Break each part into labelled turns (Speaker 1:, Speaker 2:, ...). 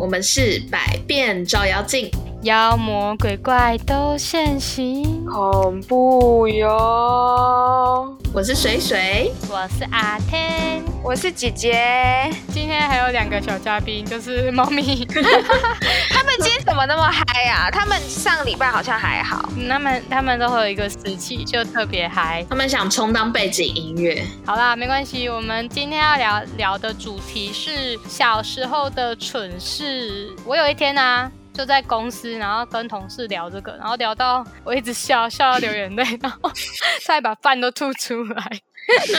Speaker 1: 我们是百变照妖镜，
Speaker 2: 妖魔鬼怪都现形。
Speaker 3: 恐怖哟！
Speaker 1: 我是水水，
Speaker 2: 我是阿天，
Speaker 3: 我是姐姐，
Speaker 2: 今天还有两个小嘉宾，就是猫 咪。
Speaker 3: 他们今天怎么那么嗨啊？他们上礼拜好像还好，
Speaker 2: 他们他们都会有一个时期就特别嗨。
Speaker 1: 他们想充当背景音乐，
Speaker 2: 好啦，没关系，我们今天要聊聊的主题是小时候的蠢事。我有一天呢、就在公司，然后跟同事聊这个，然后聊到我一直笑笑到流眼泪，然后 差点把饭都吐出来。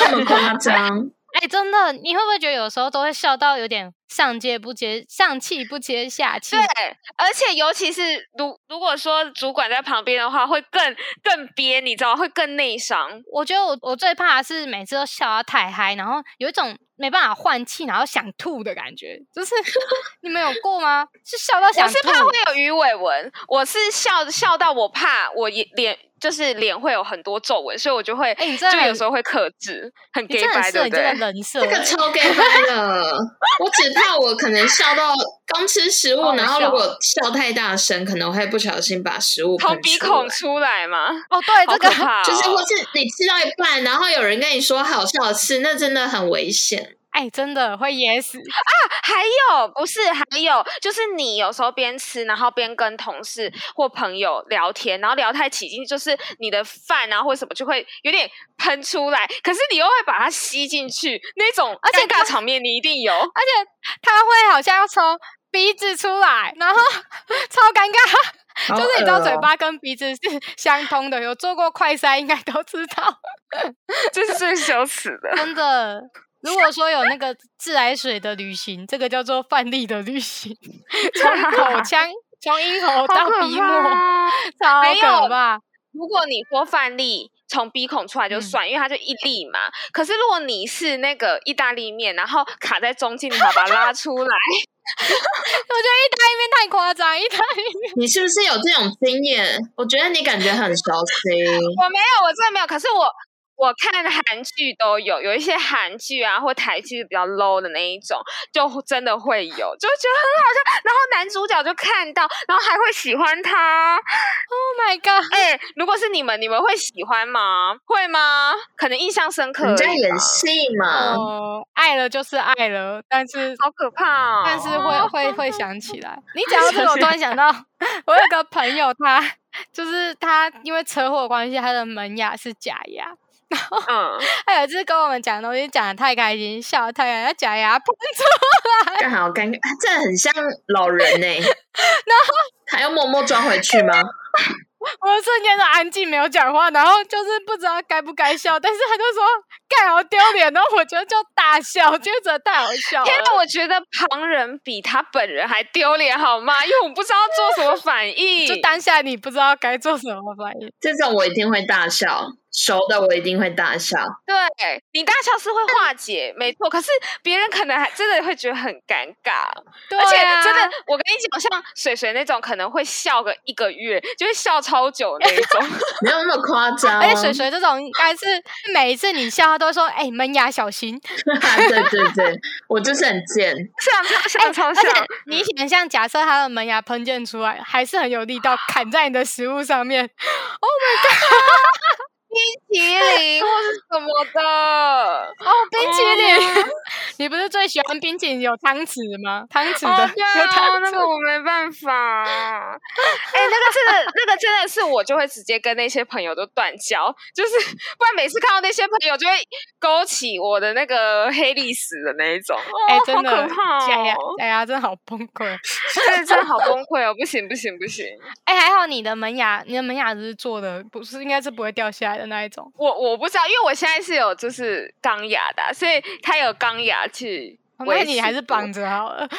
Speaker 1: 那么夸张，
Speaker 2: 哎、真的，你会不会觉得有时候都会笑到有点上接不接上气不接下气？
Speaker 3: 对，而且尤其是如如果说主管在旁边的话，会更更憋，你知道吗，会更内伤。
Speaker 2: 我觉得我我最怕的是每次都笑到太嗨，然后有一种没办法换气，然后想吐的感觉。就是 你们有过吗？是笑到想
Speaker 3: 我
Speaker 2: 吐
Speaker 3: 是？怕会有鱼尾纹，我是笑笑到我怕我也脸就是脸会有很多皱纹，所以我就会、
Speaker 2: 哎、你真
Speaker 3: 就
Speaker 2: 的
Speaker 3: 有
Speaker 2: 很
Speaker 3: 时候会克制，很
Speaker 2: 你
Speaker 3: gay
Speaker 2: 真的
Speaker 3: 白，
Speaker 2: 很适合你
Speaker 3: 对不
Speaker 2: 这个
Speaker 3: 对？
Speaker 2: 人设、
Speaker 1: 这个
Speaker 2: 欸
Speaker 1: 超 gay 掰了。我只怕我可能笑到刚吃食物
Speaker 2: 好好，
Speaker 1: 然后
Speaker 2: 笑
Speaker 1: 如果笑太大声，可能会不小心把食物
Speaker 3: 从
Speaker 1: 喷
Speaker 3: 鼻
Speaker 1: 出
Speaker 3: 孔
Speaker 1: 来
Speaker 3: 出来嘛，
Speaker 2: 哦，对
Speaker 3: 好
Speaker 2: 这
Speaker 3: 可
Speaker 2: 个。
Speaker 3: 怕、哦！
Speaker 1: 就是或是你吃到一半，然后有人跟你说好笑的事，那真的很危险。
Speaker 2: 哎、真的会噎死！
Speaker 3: 还有不是还有，就是你有时候边吃，然后边跟同事或朋友聊天，然后聊太起劲，就是你的饭啊或什么就会有点喷出来，可是你又会把它吸进去，那种
Speaker 2: 而且
Speaker 3: 尴尬场面你一定有。
Speaker 2: 而且他会好像要从鼻子出来，然后 超尴尬，
Speaker 1: 就
Speaker 2: 就是你知道嘴
Speaker 3: 呃
Speaker 2: 巴跟鼻子是相通的，有做过快筛应该都知道。
Speaker 3: 这是最羞耻的。
Speaker 2: 真的，如果说有那个自来水的旅行，这个叫做范例的旅 行，从口腔从咽喉
Speaker 3: 好
Speaker 2: 到
Speaker 3: 可
Speaker 2: 鼻
Speaker 3: 怕
Speaker 2: 沫，
Speaker 3: 啊
Speaker 2: 超
Speaker 3: 没有
Speaker 2: 可怕。
Speaker 3: 如果你说饭粒从鼻孔出来就
Speaker 2: 嗯
Speaker 3: 算，因为它就一粒嘛。可是如果你是那个意大利面，然后卡在中间，你还把它拉出 来，
Speaker 2: 我觉得意大利面太夸张，意大利面
Speaker 1: 你是不是有这种经验？我觉得你感觉很熟悉。
Speaker 3: 我没有，我真的没有。可是我我看韩剧都有，有一些韩剧啊或台剧比较 low 的那一种，就真的会有，就觉得很好笑。然后男主角就看到，然后还会喜欢他。
Speaker 2: ，Oh my god！
Speaker 3: 哎、如果是你们，你们会喜欢吗？会吗？可能印象深刻而已
Speaker 1: 你
Speaker 3: 吧。
Speaker 1: 在演戏
Speaker 3: 嗯
Speaker 1: 嘛？
Speaker 2: 哦，爱了就是爱了，但是
Speaker 3: 好可怕、哦！
Speaker 2: 但是会会会想起来。你讲到这 个，我突然想到，我有个朋友他，就是他因为车祸的关系，他的门牙是假牙，
Speaker 3: 嗯，
Speaker 2: 他有一次跟我们讲东西讲的太开心，笑得太开心，他假牙喷出
Speaker 1: 干好尴尬，啊这很像老人呢、然后还要默默装回去吗？
Speaker 2: 我瞬间就安静没有讲话，然后就是不知道该不该笑，但是他就说干好丢脸，然后我觉得就大笑，就觉得太好笑
Speaker 3: 天哪！
Speaker 2: 了。
Speaker 3: 我觉得旁人比他本人还丢脸，好吗？因为我不知道做什么反 应，
Speaker 2: 就当下你不知道该做什么反应，
Speaker 1: 这种我一定会大笑，熟的我一定会大笑。
Speaker 3: 对你大笑是会化解，没错。可是别人可能还真的会觉得很尴尬，
Speaker 2: 对
Speaker 3: 而且
Speaker 2: 啊
Speaker 3: 真的，我跟你讲，像水水那种可能会笑个一个月，就会笑超久那一 种。
Speaker 1: 没有那么夸 张，
Speaker 2: 而且水水这种应 该是每一次你笑，他都会说：“哎、门牙小心。
Speaker 1: 对对对，我就是很贱，
Speaker 3: 像超像超
Speaker 2: 而且
Speaker 3: 像，
Speaker 2: 你想象，假设他的门牙喷溅出来，还是很有力道，砍在你的食物上面，
Speaker 3: 冰淇淋或是什么的，
Speaker 2: 哦，冰淇淋！哦 你不是最喜欢冰淇淋有汤匙吗？汤匙的、
Speaker 3: 哦，对
Speaker 2: 有汤
Speaker 3: 啊，
Speaker 2: 匙
Speaker 3: 那个我没 办法。哎、那个真的，那个真的是我就会直接跟那些朋友都断交，就是不然每次看到那些朋友就会勾起我的那个黑历史的那一种。哦，
Speaker 2: 哎、真的，
Speaker 3: 好可怕
Speaker 2: 假牙
Speaker 3: 哦！
Speaker 2: 假牙真的好崩溃。
Speaker 3: 对，真的好崩溃哦！不行不行不行，
Speaker 2: 哎、还好你的门牙，你的门牙是做的，不是应该是不会掉下来的那一种。
Speaker 3: 我我不知道，因为我现在是有就是钢牙的啊、所以它有钢牙去
Speaker 2: 哦
Speaker 3: 维
Speaker 2: 那
Speaker 3: 持住。
Speaker 2: 你还是绑着好了。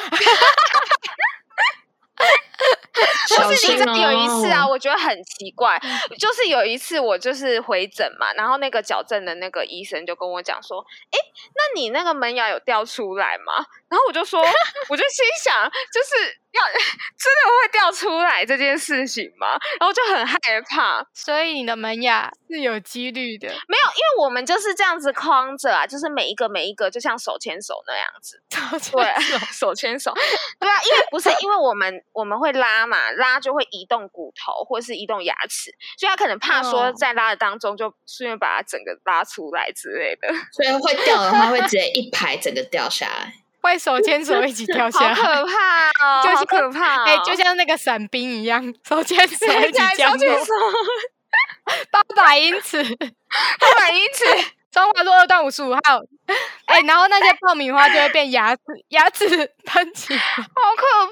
Speaker 1: 小
Speaker 3: 不是
Speaker 1: 心
Speaker 3: 你知道
Speaker 1: 哦。
Speaker 3: 有一次啊，，我觉得很奇怪，就是有一次我就是回诊嘛，然后那个矫正的那个医生就跟我讲说，诶，那你那个门牙有掉出来吗？然后我 就说，我就心想，就是要真的会掉出来这件事情吗？然后我就很害怕，
Speaker 2: 所以你的门牙是有几率的。
Speaker 3: 没有，因为我们就是这样子框着啊，就是每一个每一个，就像手牵手那样子，对， 手牵手，对啊，因为不是因为我们我们会拉嘛，拉就会移动骨头或是移动牙齿，所以他可能怕说
Speaker 2: 哦
Speaker 3: 在拉的当中就顺便把它整个拉出来之类的，
Speaker 1: 所以会掉的话，会直接一排整个掉下来。
Speaker 2: 会手牵手一起 跳下
Speaker 3: 好
Speaker 2: 来，
Speaker 3: 可怕 哦，
Speaker 2: 就
Speaker 3: 好
Speaker 2: 像
Speaker 3: 可怕、哦，哦
Speaker 2: 哎、就像那个伞兵一样，手牵手 一起降
Speaker 3: 手牵
Speaker 2: 落
Speaker 3: 手，
Speaker 2: 八百英尺，
Speaker 3: 不满因此。
Speaker 2: 中华路二段五十五号。 哎、然后那些爆米花就会变牙齿，牙齿喷起来，
Speaker 3: 好可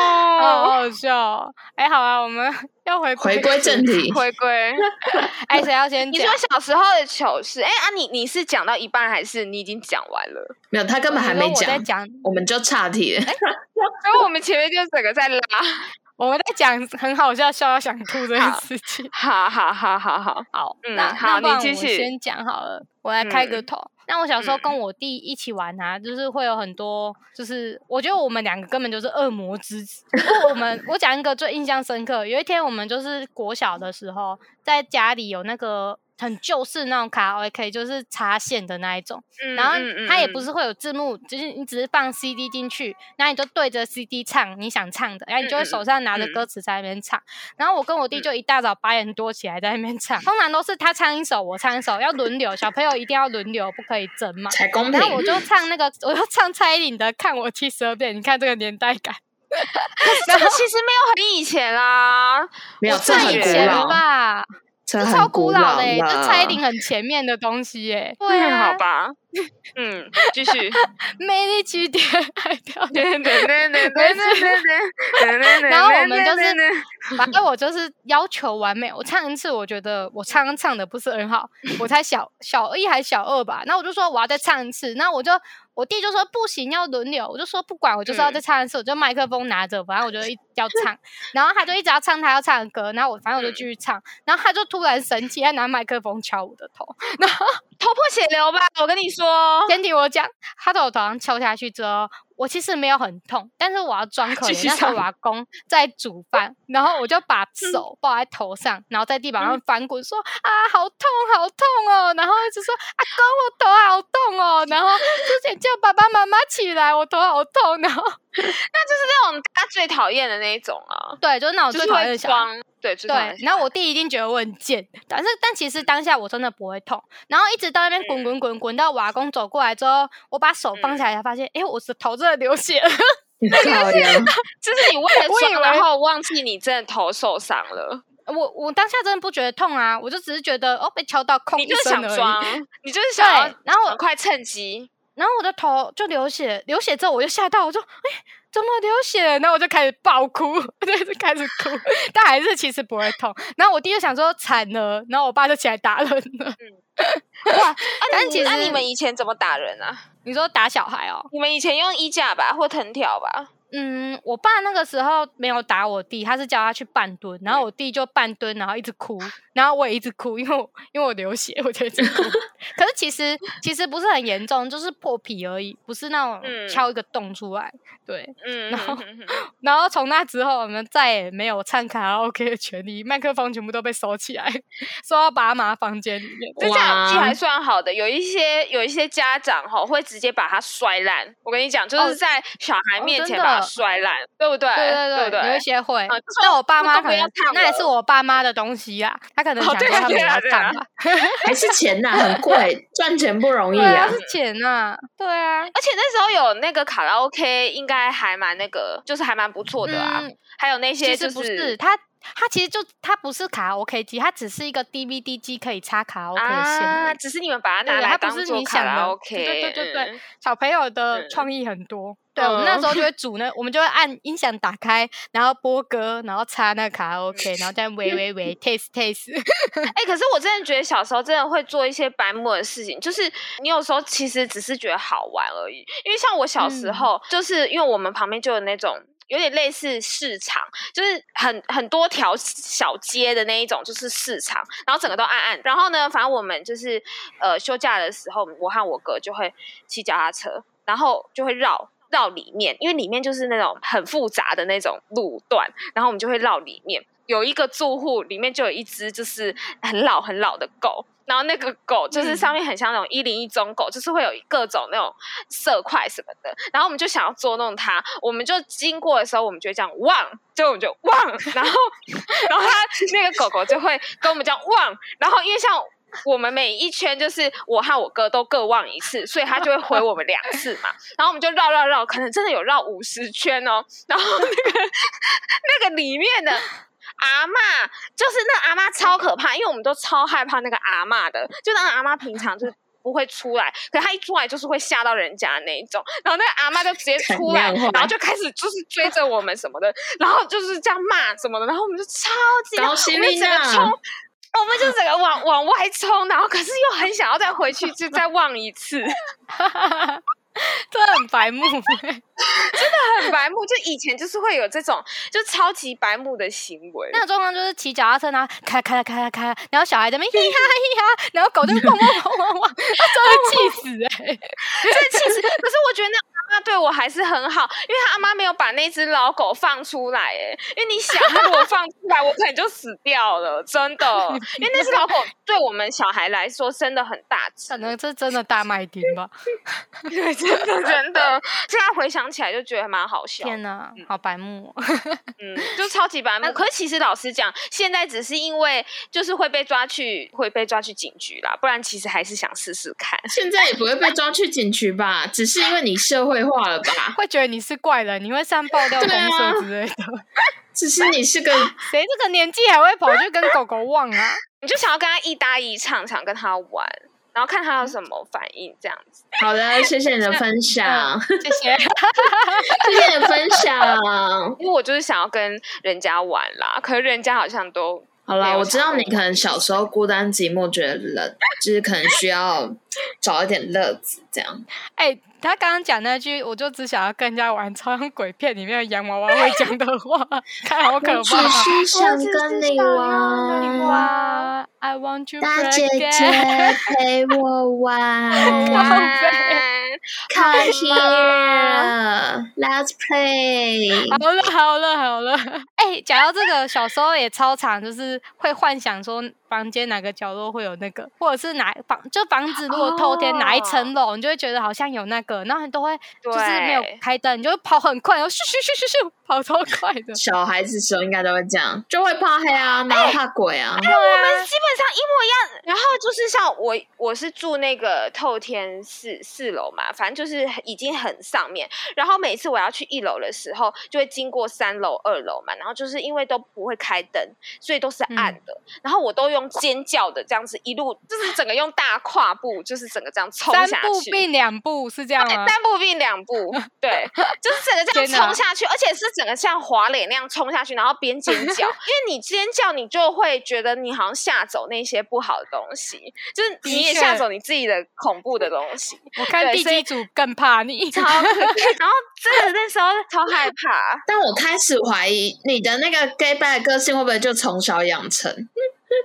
Speaker 2: 好好
Speaker 3: 哦！
Speaker 2: 好笑、哦。哎、好啊，我们要回
Speaker 1: 回归正
Speaker 2: 题。
Speaker 1: 题，
Speaker 3: 回归，
Speaker 2: 哎、谁要 先
Speaker 3: 你
Speaker 2: 讲
Speaker 3: 说？小时候的糗事，哎、啊你，你是讲到一半还是你已经讲完了？
Speaker 1: 没有他根本还
Speaker 2: 你说
Speaker 1: 没
Speaker 2: 我在哎
Speaker 1: 讲，
Speaker 2: 讲，
Speaker 1: 我们就岔题了。
Speaker 3: 所以我们前面就整个在拉，
Speaker 2: 我们在讲很好笑，笑到想吐这件事情。
Speaker 3: 好好好好好，
Speaker 2: 好，
Speaker 3: 嗯
Speaker 2: 那
Speaker 3: 好
Speaker 2: 那
Speaker 3: 你
Speaker 2: 不然
Speaker 3: 继
Speaker 2: 我
Speaker 3: 续
Speaker 2: 先讲好了，我来开个
Speaker 3: 嗯
Speaker 2: 头。那我小时候
Speaker 3: 嗯
Speaker 2: 跟我弟一起玩啊，就是会有很多，就是我觉得我们两个根本就是恶魔之子。 我们我讲一个最印象深刻，有一天我们就是国小的时候，在家里有那个很旧式那种卡拉 OK，就是插线的那一种。
Speaker 3: 嗯
Speaker 2: 然后
Speaker 3: 嗯
Speaker 2: 它也
Speaker 3: 嗯
Speaker 2: 不是会有字幕，就是你只是放 CD 进去，然后你就对着 CD 唱你想唱的，然后你就会手上拿着
Speaker 3: 嗯嗯嗯
Speaker 2: 歌词在那边唱。然后我跟我弟就一大早八点多起来在那边唱，通常都是他唱一首，我唱一首，要轮流，小朋友一定要轮流，不可以争 嘛。
Speaker 1: 才公平
Speaker 2: 然。后我就唱那个，我就唱蔡依林的《看我七十二变》，你看这个年代感，
Speaker 3: 这个其实没有很以前 啦，
Speaker 1: 没有，
Speaker 3: 我
Speaker 1: 这
Speaker 3: 自
Speaker 2: 算
Speaker 1: 很
Speaker 3: 己
Speaker 2: 以
Speaker 1: 古
Speaker 2: 前
Speaker 1: 老，
Speaker 2: 吧，
Speaker 1: 这
Speaker 2: 这
Speaker 1: 很
Speaker 2: 超
Speaker 1: 古
Speaker 2: 古
Speaker 1: 老
Speaker 2: 老的、欸，这
Speaker 1: 了
Speaker 2: 蔡依林很前面的东西耶、对
Speaker 3: 嗯
Speaker 2: 啊，
Speaker 3: 好吧，嗯，继 续，
Speaker 2: 魅力起点还跳。
Speaker 3: 啊 然
Speaker 2: 后我们就是反正我就是要求完美。我唱一次，我觉得我唱唱的不是很好，我才小小一还小二吧。那我就说我要再唱一次，那我就我弟就说不行，要轮流。我就说不管，我就是要再唱一次，我就麦克风拿着，反正我就一要唱。然后他就一直要唱他要唱的歌，然后我反正我就继续唱。然后他就突然生气，他拿麦克风敲我的头。
Speaker 3: 头破血流吧，我跟你说，
Speaker 2: 先听我讲，他在我头上敲下去之后，我其实没有很痛，但是我要装可
Speaker 3: 继
Speaker 2: 怜。
Speaker 3: 续
Speaker 2: 那时候我
Speaker 3: 唱
Speaker 2: 阿公在煮饭，然后我就把手抱在头上，然后在地板上翻滚，说啊，好痛，好痛哦！然后就说阿公，我头好痛哦！然后之前叫爸爸妈妈起来，我头好痛。然后
Speaker 3: 那种大家最讨厌的那一种啊，
Speaker 2: 对，就是那我
Speaker 3: 就
Speaker 2: 最
Speaker 3: 是
Speaker 2: 讨厌
Speaker 3: 会
Speaker 2: 的小孩。
Speaker 3: 装，对，最讨厌
Speaker 2: 对，然后我弟一定觉得我很贱，但是但其实当下我真的不会痛，然后一直到那边滚
Speaker 3: 嗯
Speaker 2: 滚滚滚到瓦工走过来之后，我把手放下来才发现，哎、我的头真的流血了。
Speaker 1: 漂亮。
Speaker 3: 就是你为了
Speaker 2: 我以
Speaker 3: 装，然
Speaker 2: 为
Speaker 3: 后忘记你真的头受伤了，
Speaker 2: 我我当下真的不觉得痛啊，我就只是觉得哦被敲到空
Speaker 3: 你
Speaker 2: 一
Speaker 3: 就是
Speaker 2: 声
Speaker 3: 想嗯
Speaker 2: 而已。
Speaker 3: 装， 你就是
Speaker 2: 对
Speaker 3: 想要，
Speaker 2: 然后
Speaker 3: 赶
Speaker 2: 我
Speaker 3: 快趁机。
Speaker 2: 然后我的头就流血，流血之后我就吓到，我就哎、怎么流血？然后我就开始爆哭， 我就是开始哭，但还是其实不会痛。然后我弟就想说惨了，然后我爸就起来打人了。
Speaker 3: 啊，
Speaker 2: 但
Speaker 3: 你
Speaker 2: 其
Speaker 3: 那你
Speaker 2: 实
Speaker 3: 们以前怎么打人啊？
Speaker 2: 你说打小孩哦？
Speaker 3: 你们以前用衣架吧，或藤条吧？
Speaker 2: 嗯，我爸那个时候没有打我弟，他是叫他去半蹲，然后我弟就半蹲，然后一直哭，然后我也一直哭，因为我因为我流血，我就一直 哭。可是其实其实不是很严重，就是破皮而已，不是那
Speaker 3: 嗯
Speaker 2: 种敲一个洞出来。对，
Speaker 3: 嗯，
Speaker 2: 然后
Speaker 3: 哼哼哼
Speaker 2: 然后从那之后，我们再也没有唱卡拉 OK 的权利，麦克风全部都被收起来，收到爸妈房间里面。
Speaker 3: 这相机
Speaker 1: 哇
Speaker 3: 还算好的，有一些有一些家长吼会直接把它摔烂。我跟你讲，就
Speaker 2: 哦
Speaker 3: 是在小孩
Speaker 2: 哦
Speaker 3: 面
Speaker 2: 真
Speaker 3: 前
Speaker 2: 的
Speaker 3: 把它摔烂，对不对？
Speaker 2: 对
Speaker 3: 对
Speaker 2: 对
Speaker 3: 不
Speaker 2: 对，有
Speaker 3: 对
Speaker 2: 一？些会
Speaker 3: 啊就，
Speaker 2: 但
Speaker 3: 说
Speaker 2: 我爸
Speaker 3: 都
Speaker 2: 妈
Speaker 3: 不
Speaker 2: 可
Speaker 3: 要
Speaker 2: 能
Speaker 3: 看
Speaker 2: 那也
Speaker 3: 我
Speaker 2: 是我爸妈的东西啦，他可能
Speaker 3: 哦
Speaker 2: 想
Speaker 3: 对
Speaker 2: 说
Speaker 3: 啊
Speaker 2: 他们
Speaker 3: 对啊
Speaker 2: 要
Speaker 3: 对啊
Speaker 2: 干嘛。
Speaker 1: 还哎是钱呐、很贵，赚钱不容易
Speaker 2: 对啊，
Speaker 1: 啊。
Speaker 2: 是钱呐、对啊，
Speaker 3: 而且那时候有那个卡拉 OK，应该还蛮那个，就是还蛮不错的啊。
Speaker 2: 嗯
Speaker 3: 还有那些
Speaker 2: 其
Speaker 3: 就
Speaker 2: 实不是它，它其实就它不是卡拉 OK 机，它只是一个 DVD 机可以插卡拉 OK 的线而
Speaker 3: 啊，
Speaker 2: 已。
Speaker 3: 只是你们把它拿
Speaker 2: 对
Speaker 3: 来
Speaker 2: 它不
Speaker 3: 当
Speaker 2: 是
Speaker 3: 做
Speaker 2: 你
Speaker 3: 卡
Speaker 2: 想
Speaker 3: 拉
Speaker 2: 的
Speaker 3: OK，
Speaker 2: 对对对对
Speaker 3: 嗯，
Speaker 2: 小朋友的
Speaker 3: 嗯
Speaker 2: 创意很多。对，我们那时候就会组那，我们就会按音响打开，然后播歌，然后插那个卡拉 OK，然后再喂喂 喂 taste taste。
Speaker 3: 哎、可是我真的觉得小时候真的会做一些白目的事情，就是你有时候其实只是觉得好玩而已。因为像我小时
Speaker 2: 嗯
Speaker 3: 候，就是因为我们旁边就有那种。有点类似市场，就是很很多条小街的那一种，就是市场，然后整个都暗暗。然后呢，反正我们就是呃休假的时候，我和我哥就会骑脚踏车，然后就会绕绕里面，因为里面就是那种很复杂的那种路段，然后我们就会绕里面。有一个住户里面就有一只就是很老很老的狗，然后那个狗就是上面很像那种一零一中狗，就是会有各种那种色块什么的。然后我们就想要捉弄它，我们就经过的时候，我们就会这样汪，就我们就汪，然后 然后它那个狗狗就会跟我们这样汪，然后因为像。我们每一圈就是我和我哥都各望一次，所以他就会回我们两次嘛。然后我们就绕绕绕，可能真的有绕五十圈哦。然后那个那个里面的阿妈，就是那阿妈超可怕，因为我们都超害怕那个阿妈的，就那个阿妈平常就是。不会出来，可她一出来就是会吓到人家那一种。然后那个阿妈就直接出来，
Speaker 1: 怎样
Speaker 3: 然后就开始就是追着我们什么的，然后就是这样骂什么的，然后我们就超级，
Speaker 1: 高
Speaker 3: 我
Speaker 1: 兴
Speaker 3: 们整个
Speaker 1: 啊
Speaker 3: 冲我们就整个往往外冲，然后可是又很想要再回去，就再望一次，
Speaker 2: 真的很白目。
Speaker 3: 很白目。就以前就是会有这种就超级白目的行为，
Speaker 2: 那个状况就是骑脚踏车，然后开开开开开，然后小孩在那边嘻哈嘻哈，然后狗在那边汪汪汪汪 汪，他真的气死哎、
Speaker 3: 这其实可是我觉得那阿妈对我还是很好，因为他阿妈没有把那只老狗放出来，哎，因为你想，她如果放出来，我可能就死掉了，真的。 因为那只老狗对我们小孩来说真的很大只，
Speaker 2: 可能这真的大麦丁吧？
Speaker 3: 对，真的真的。现在回想起来就觉得还蛮好笑的。
Speaker 2: 天哪，好白目、哦！
Speaker 3: 嗯，就超级白目。可是其实老实讲，现在只是因为就是会被抓去，会被抓去警局啦，不然其实还是想试试看。
Speaker 1: 现在也不会被抓去警局吧？只是因为你社会化了吧？
Speaker 2: 会觉得你是怪人，你会上爆料公
Speaker 1: 对啊
Speaker 2: 社之类的。
Speaker 1: 只是你是个
Speaker 2: 谁这个年纪还会跑去跟狗狗望啊？
Speaker 3: 你就想要跟他一搭一唱，想跟他玩，然后看他有什么反应，这样子。
Speaker 1: 好的，谢谢你的分享，
Speaker 2: 谢谢。
Speaker 1: 谢谢你的分享。
Speaker 3: 因为我就是想要跟人家玩啦，可是人家好像都
Speaker 1: 好
Speaker 3: 没
Speaker 1: 啦，
Speaker 3: 有
Speaker 1: 我知道你可能小时候孤单寂寞，觉得冷， 就是可能需要找一点乐子这样。
Speaker 2: 哎、他刚刚讲那句，我就只想要跟人家玩，超像鬼片里面的洋娃娃会讲的话， 看好可
Speaker 1: 我只
Speaker 2: 怕啊！
Speaker 1: 是想跟你玩，
Speaker 2: 哇，I want you
Speaker 1: 大姐 姐陪我玩
Speaker 2: 哇。
Speaker 1: Come 啊 here, let's play。
Speaker 2: 好了好了好了，哎、讲到这个，小时候也超常，就是会幻想说房间哪个角落会有那个，或者是哪房就房子如果偷天哪一层楼，你就会觉得好像有那个，然后你都会就是没有
Speaker 3: 对
Speaker 2: 开灯，你就会跑很快，然后咻咻咻咻咻跑超快的。
Speaker 1: 小孩子时候应该都会这样，就会怕黑啊，然后怕鬼啊。
Speaker 3: 哎，我们基本上一模一样。然后就是像我，我是住那个透天四四楼嘛，反正就是已经很上面。然后每次我要去一楼的时候，就会经过三楼、二楼嘛。然后就是因为都不会开灯，所以都是暗的。然后我都用尖叫的这样子一路，就是整个用大跨步，就是整个这样冲
Speaker 2: 三
Speaker 3: 下
Speaker 2: 步
Speaker 3: 去。
Speaker 2: 并两步是这样吗？
Speaker 3: 三步并两步，对，就是整个这样
Speaker 2: 嗯天哪
Speaker 3: 冲下去，而且是整个像滑脸那样冲下去，然后边尖叫，因为你尖叫，你就会觉得你好像吓走那些不好的东西，就是你也
Speaker 2: 的确
Speaker 3: 吓走你自己的恐怖的东西，
Speaker 2: 我看
Speaker 3: 对
Speaker 2: 第
Speaker 3: 所以
Speaker 2: 几组更怕你。
Speaker 3: 超可怕然后真的那时候超害怕，
Speaker 1: 但我开始怀疑你的那个 gay bye 个性会不会就从小养成？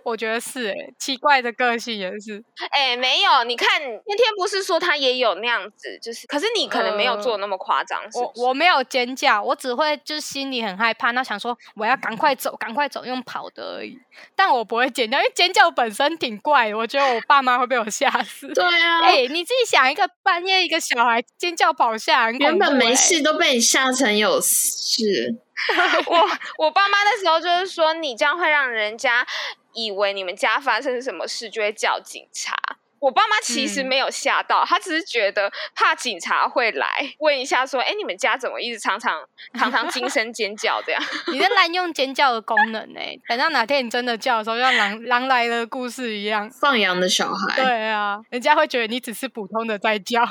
Speaker 2: 我觉得是、欸，奇怪的个性也是。
Speaker 3: 哎，没有，你看那天不是说他也有那样子，就是，可是你可能没有
Speaker 2: 呃
Speaker 3: 做那么夸张，是
Speaker 2: 我
Speaker 3: 不是
Speaker 2: 我没有尖叫，我只会就是心里很害怕，那想说我要赶快走，赶快走，用跑的而已。但我不会尖叫，因为尖叫本身挺怪的，我觉得我爸妈会被我吓死。
Speaker 1: 对啊，
Speaker 2: 哎、你自己想，一个半夜一个小孩尖叫跑下来，很
Speaker 1: 原
Speaker 2: 恐
Speaker 1: 本
Speaker 2: 怖
Speaker 3: 哎
Speaker 1: 没
Speaker 2: 欸
Speaker 1: 事都被你吓成有事。
Speaker 3: 我我爸妈那时候就是说，你这样会让人家以为你们家发生什么事，就会叫警察。我爸妈其实
Speaker 2: 嗯
Speaker 3: 没有吓到，他只是觉得怕警察会来问一下，说：“哎，你们家怎么一直常常常常惊声尖叫这样
Speaker 2: 你在滥用尖叫的功能哎、等到哪天你真的叫的时候，就像狼狼来了的故事一样。
Speaker 1: 放羊的小孩，
Speaker 2: 对啊，人家会觉得你只是普通的在叫，？”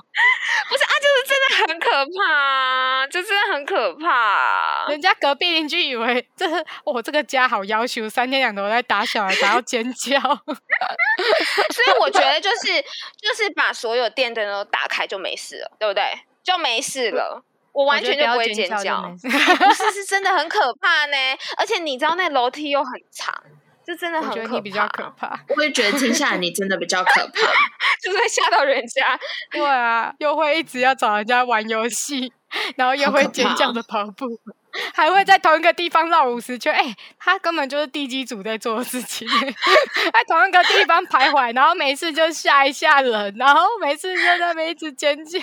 Speaker 3: 不是啊，就是真的很可怕啊，就真的很可怕啊、
Speaker 2: 人家隔壁邻居以为这是我这个家好要求，三天两头在打小孩，打到尖叫。
Speaker 3: 所以我觉得就是就是把所有电灯都打开就没事了，对不对？就没事了。我完全就不会尖 叫，
Speaker 2: 我觉得不要尖叫就没事
Speaker 3: 哎不是是真的很可怕呢。而且你知道那楼梯又很长，这真的
Speaker 2: 我
Speaker 3: 很
Speaker 2: 觉
Speaker 3: 可
Speaker 2: 得
Speaker 3: 怕，
Speaker 2: 你比较可 怕。
Speaker 1: 我也觉得听下来你真的比较可怕。
Speaker 3: 就是会吓到人家。
Speaker 2: 对啊，又会一直要找人家玩游戏，然后又
Speaker 1: 好
Speaker 2: 会
Speaker 1: 可
Speaker 2: 尖
Speaker 1: 怕
Speaker 2: 叫
Speaker 1: 哦
Speaker 2: 的跑步，还会在同一个地方绕五十圈。哎、他根本就是地基组在做的事情， 在同一个地方徘徊，然后每次就吓一吓人，然后每次就在那边一直尖 叫，